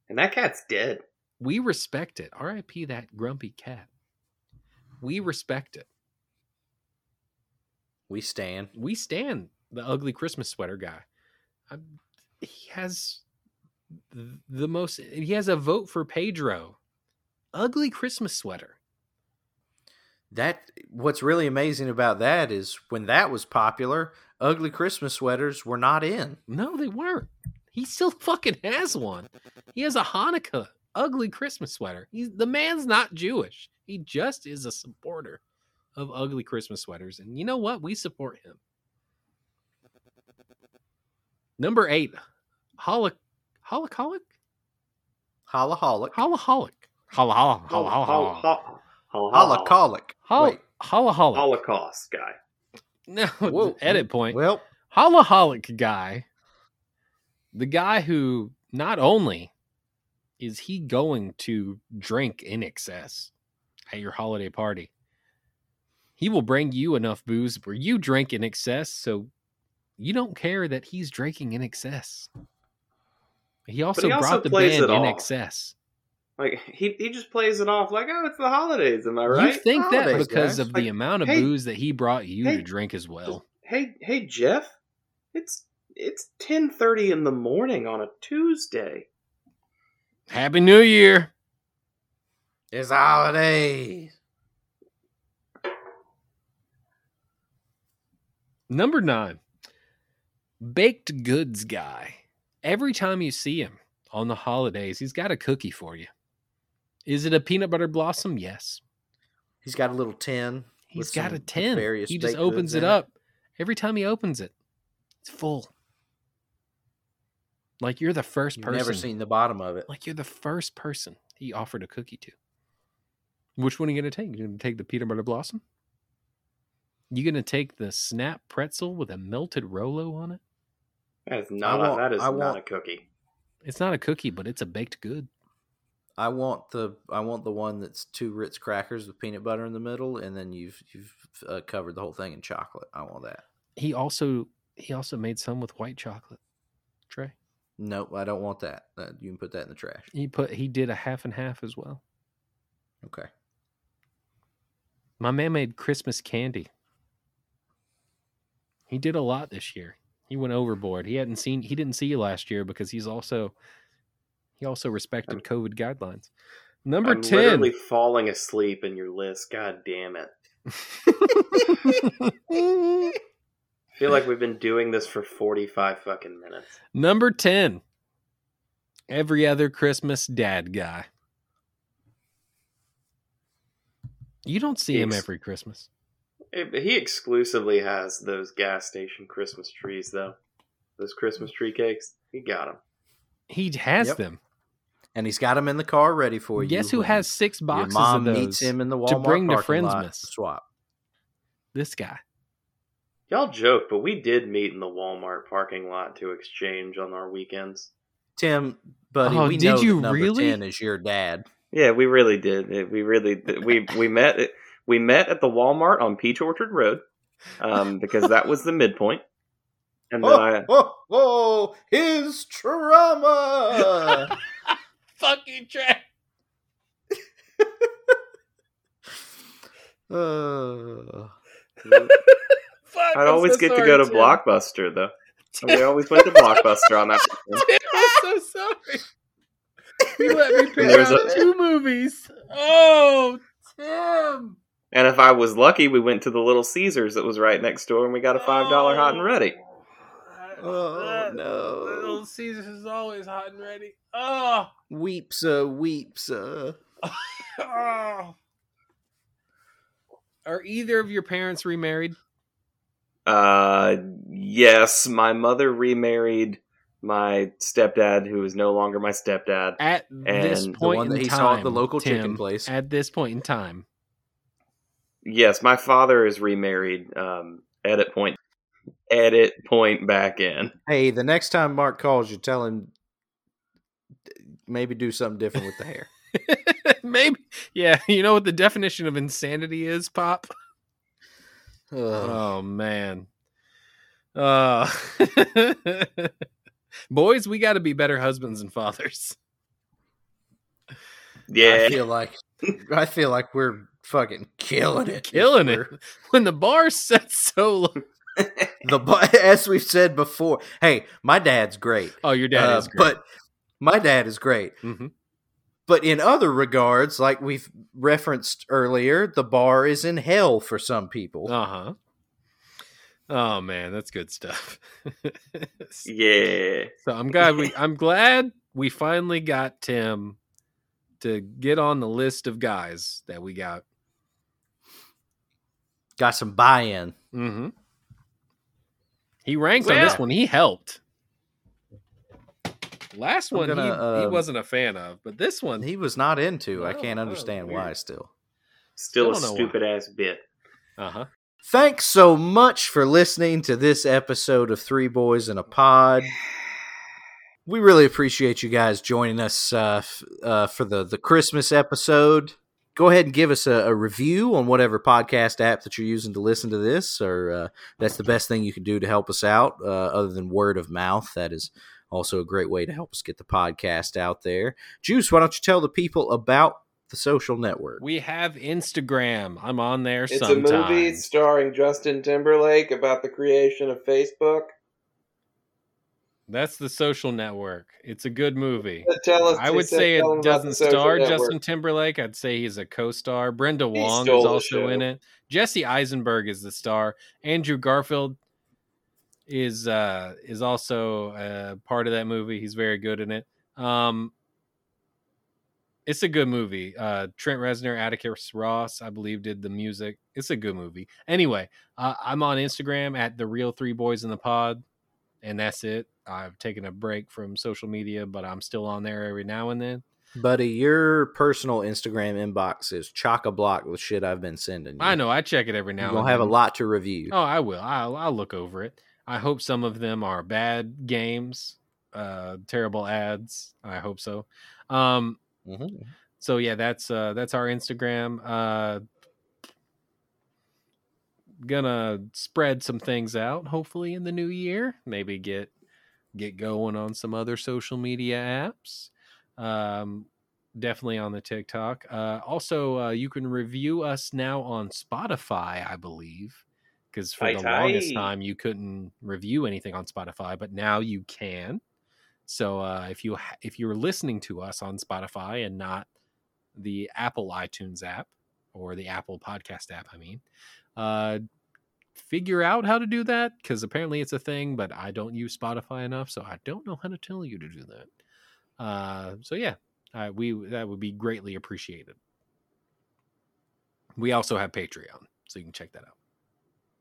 S3: And that cat's dead.
S2: We respect it. R.I.P. that grumpy cat. We respect it.
S5: We stand.
S2: We stand the ugly Christmas sweater guy. i he has th- the most. He has a vote for Pedro. Ugly Christmas sweater.
S5: That what's really amazing about that is when that was popular, ugly Christmas sweaters were not in.
S2: No, they weren't. He still fucking has one. He has a Hanukkah ugly Christmas sweater. He's the man's not Jewish. He just is a supporter of ugly Christmas sweaters. And you know what? We support him. Number eight, holoc, holocolic,
S5: Holaholic.
S2: holoholic, holoholic, holoholic,
S3: Holocaust.
S5: Holocolic.
S2: Hol-
S5: Wait.
S2: holoholic.
S3: Holocaust guy.
S2: No,
S5: Whoa.
S2: edit point.
S5: Well,
S2: Holoholic guy, the guy who not only is he going to drink in excess at your holiday party, he will bring you enough booze where you drink in excess, so you don't care that he's drinking in excess. He also
S3: he also
S2: brought the
S3: plays
S2: band
S3: it
S2: in
S3: off.
S2: excess.
S3: Like he, he just plays it off like, oh, it's the holidays. Am I right?
S2: You think that
S5: Holidays,
S2: because
S5: guys.
S2: of the
S3: Like,
S2: amount of
S3: hey,
S2: booze that he brought you
S3: hey,
S2: to drink as well.
S3: hey, hey, Jeff. It's it's ten thirty in the morning on a Tuesday.
S2: Happy New Year.
S5: It's holidays.
S2: Number nine, baked goods guy. Every time you see him on the holidays, he's got a cookie for you. Is it a peanut butter blossom? Yes.
S5: He's got a little tin.
S2: He's
S5: with
S2: got
S5: some-
S2: a
S5: with
S2: tin.
S5: various
S2: He just
S5: baked goods
S2: opens it
S5: in it.
S2: up. Every time he opens it, it's full. Like you're the 1st
S5: You've
S2: person.
S5: never seen the bottom of it.
S2: Like you're the first person he offered a cookie to. Which one are you gonna take? You gonna take the peanut butter blossom? You gonna take the snap pretzel with a melted Rolo on it?
S3: That is not.
S5: want-
S3: a, that is
S5: I
S3: not
S5: want-
S3: a cookie.
S2: It's not a cookie, but it's a baked good.
S5: I want the I want the one that's two Ritz crackers with peanut butter in the middle, and then you've you've uh, covered the whole thing in chocolate. I want that.
S2: He also he also made some with white chocolate. Trey.
S5: Nope, I don't want that. Uh, you can put that in the trash.
S2: He put he did a half and half as well.
S5: Okay.
S2: My man made Christmas candy. He did a lot this year. He went overboard. He hadn't seen he didn't see you last year because he's also he also respected
S3: I'm-
S2: COVID guidelines. Number
S3: I'm
S2: 10.
S3: literally falling asleep in your list. God damn it! I feel like we've been doing this for forty-five fucking minutes.
S2: Number 10. Every other Christmas dad guy. You don't see him
S3: Yes.
S2: every Christmas.
S3: It- he exclusively has those gas station Christmas trees, though. Those Christmas tree cakes, he got them.
S2: He has
S5: Yep.
S2: them.
S5: And he's got them in the car ready for you.
S2: Guess who
S5: when
S2: has six boxes
S5: your mom
S2: of those?
S5: meets him in the Walmart to
S2: bring
S5: bring
S2: to
S5: the friends
S2: Friendsmas.
S5: swap.
S2: This guy.
S3: Y'all joke, but we did meet in the Walmart parking lot to exchange on our weekends.
S5: Tim, buddy,
S2: Oh,
S5: we
S2: did
S5: know
S2: you
S5: that number
S2: really?
S5: ten is your dad.
S3: Yeah, we really did. It- We really did. we we met we met at the Walmart on Peach Orchard Road um, because that was the midpoint. And then I
S5: oh, oh, his trauma.
S2: Fuck you, Trey.
S5: Uh,
S2: Fuck,
S3: I'd always get to go to Blockbuster though. And we always went to Blockbuster on that. weekend.
S2: I'm so sorry. You let me pick
S3: There's
S2: out
S3: a-
S2: two movies. Oh, Tim.
S3: And if I was lucky, we went to the Little Caesars that was right next door, and we got a five dollar hot and ready.
S5: oh no,
S2: Little Caesars is always hot and ready. Oh,
S5: weeps, uh, weeps. Uh.
S2: oh. Are either of your parents remarried?
S3: Uh, yes, my mother remarried my stepdad, who is no longer my stepdad.
S2: At this
S3: And the
S2: point
S5: one that
S2: in
S5: he
S2: time,
S5: saw at the local
S2: Tim,
S5: chicken place.
S2: At this point in time,
S3: Yes, my father is remarried. Um, edit point, edit point back in.
S5: Hey, the next time Mark calls you, tell him maybe do something different with the hair.
S2: maybe. Yeah, you know what the definition of insanity is, Pop.
S5: Ugh.
S2: Oh man. Uh Boys, we got to be better husbands and fathers.
S3: Yeah,
S5: I feel like I feel like we're fucking killing it,
S2: Killing it. When the bar sets so low.
S5: The bu- as we've said before, hey, my dad's great,
S2: Oh, your dad
S5: Uh,
S2: is great.
S5: but my dad is great.
S2: Mhm.
S5: But in other regards, like we've referenced earlier, the bar is in hell for some people.
S2: Uh-huh. Oh man, that's good stuff. so
S3: yeah.
S2: I'm glad we I'm glad we finally got Tim to get on the list of guys that we got.
S5: Got some buy-in.
S2: Mm-hmm. He ranked on this
S5: Well-
S2: one. He helped. Last
S5: I'm
S2: one he,
S5: gonna,
S2: he
S5: um,
S2: wasn't a fan of, but this one
S5: He was not into. I
S2: Um, No,
S5: can't
S2: no,
S5: understand
S2: weird.
S5: why still.
S3: Still a
S2: Still don't know why.
S3: stupid ass bit.
S2: Uh-huh.
S5: Thanks so much for listening to this episode of Three Boys in a Pod. We really appreciate you guys joining us uh, f- uh, for the, the Christmas episode. Go ahead and give us a, a review on whatever podcast app that you're using to listen to this, or uh, that's the best thing you can do to help us out, uh, other than word of mouth. That is also a great way to help us get the podcast out there. Juice, why don't you tell the people about the social network?
S2: We have Instagram. I'm on there
S3: It's
S2: sometimes.
S3: a movie starring Justin Timberlake about the creation of Facebook.
S2: That's the social network. It's a good movie.
S3: Tell us,
S2: I would
S3: tell-
S2: say
S3: tell them
S2: it
S3: about the
S2: doesn't
S3: Social
S2: star
S3: Network.
S2: Justin Timberlake. I'd say he's a co-star. Brenda
S3: He
S2: Wong
S3: stole
S2: is
S3: the
S2: also in
S3: show.
S2: it. Jesse Eisenberg is the star. Andrew Garfield is uh is also uh part of that movie. He's very good in it. Um it's a good movie. Uh Trent Reznor, Atticus Ross, I believe did the music. It's a good movie. Anyway, uh, I'm on Instagram at the real three boys in the pod, and that's it. I've taken a break from social media, but I'm still on there every now and then.
S5: Buddy, your personal Instagram inbox is chock a block with shit I've been sending. you.
S2: I know I check it every now.
S5: You're
S2: and
S5: gonna have a
S2: then.
S5: lot to review.
S2: Oh, I will. I'll, I'll look over it. I hope some of them are bad games, uh, terrible ads. I hope so. Um,
S5: Mhm.
S2: so yeah, that's uh, that's our Instagram. Uh, gonna spread some things out. Hopefully in the new year, maybe get get going on some other social media apps. Um, definitely on the TikTok. Uh, also, uh, you can review us now on Spotify, I believe, because for
S3: Aye,
S2: the longest
S3: aye.
S2: time you couldn't review anything on Spotify, but now you can. So uh, if you ha- if you're listening to us on Spotify and not the Apple iTunes app or the Apple Podcast app, I mean, uh, figure out how to do that because apparently it's a thing, but I don't use Spotify enough, so I don't know how to tell you to do that. Uh, so yeah, uh, we that would be greatly appreciated. We also have Patreon, so you can check that out.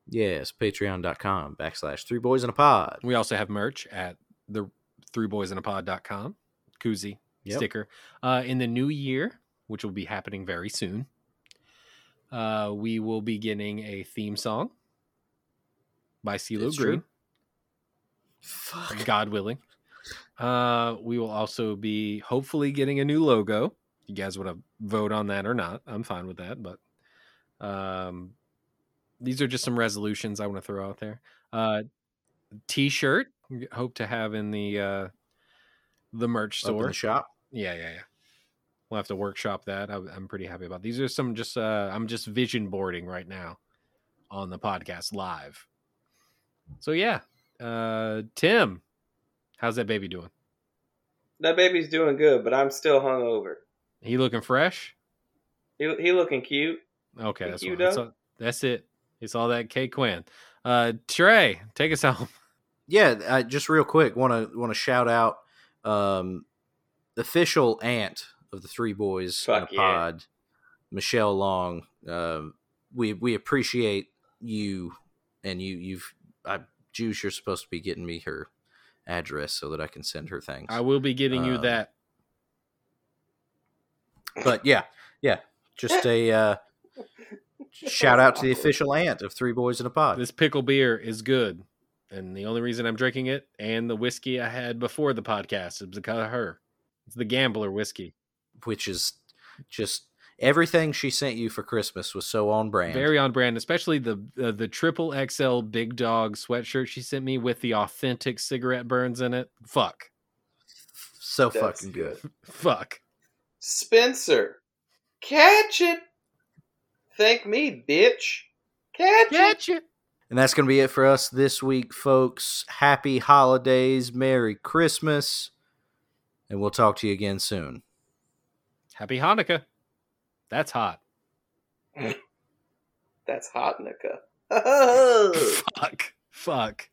S5: Yes, patreon.com backslash three boys in a pod.
S2: We also have merch at the three boys in a pod.com, koozie,
S5: Yep.
S2: sticker. Uh, in the new year, which will be happening very soon, uh, we will be getting a theme song by CeeLo
S5: It's
S2: Green,
S5: true. Fuck.
S2: God willing. Uh, we will also be hopefully getting a new logo. You guys want to vote on that or not? I'm fine with that, but um, these are just some resolutions I want to throw out there. Uh, t-shirt hope to have in the uh, the merch
S5: Up in
S2: store.
S5: the shop.
S2: Yeah, yeah, yeah. We'll have to workshop that. I, I'm pretty happy about these. Are some just uh, I'm just vision boarding right now on the podcast live. So yeah, uh, Tim, how's that baby doing?
S3: That baby's doing good, but I'm still hungover.
S2: He looking fresh?
S3: He, he looking cute.
S2: Okay,
S3: Think
S2: that's
S3: you
S2: what, that's,
S3: don't?
S2: all- that's it. It's all that K Quinn. Uh, Trey, take us home.
S5: yeah I, just real quick want to want to shout out um official aunt of the three boys in a
S3: Fuck yeah.
S5: pod michelle long um we we appreciate you and you you've i juice you're supposed to be getting me her address so that i can send her things
S2: I will be getting you
S5: Um,
S2: that.
S5: but yeah yeah just a uh shout out to the official aunt of three boys in a pod
S2: This pickle beer is good, and the only reason I'm drinking it and the whiskey I had before the podcast is because of her. It's the gambler whiskey.
S5: which is just everything she sent you for christmas was so on brand
S2: Very on brand, especially the uh, the triple XL Big Dog sweatshirt she sent me with the authentic cigarette burns in it. Fuck,
S5: so
S3: That's
S5: fucking good.
S2: fuck.
S3: Spencer, catch it. Thank me, bitch. Catch it.
S2: Gotcha.
S5: And that's going to be it for us this week, folks. Happy holidays, Merry Christmas, and we'll talk to you again soon.
S2: Happy Hanukkah. That's hot.
S3: That's hot, Nika.
S2: Fuck. Fuck.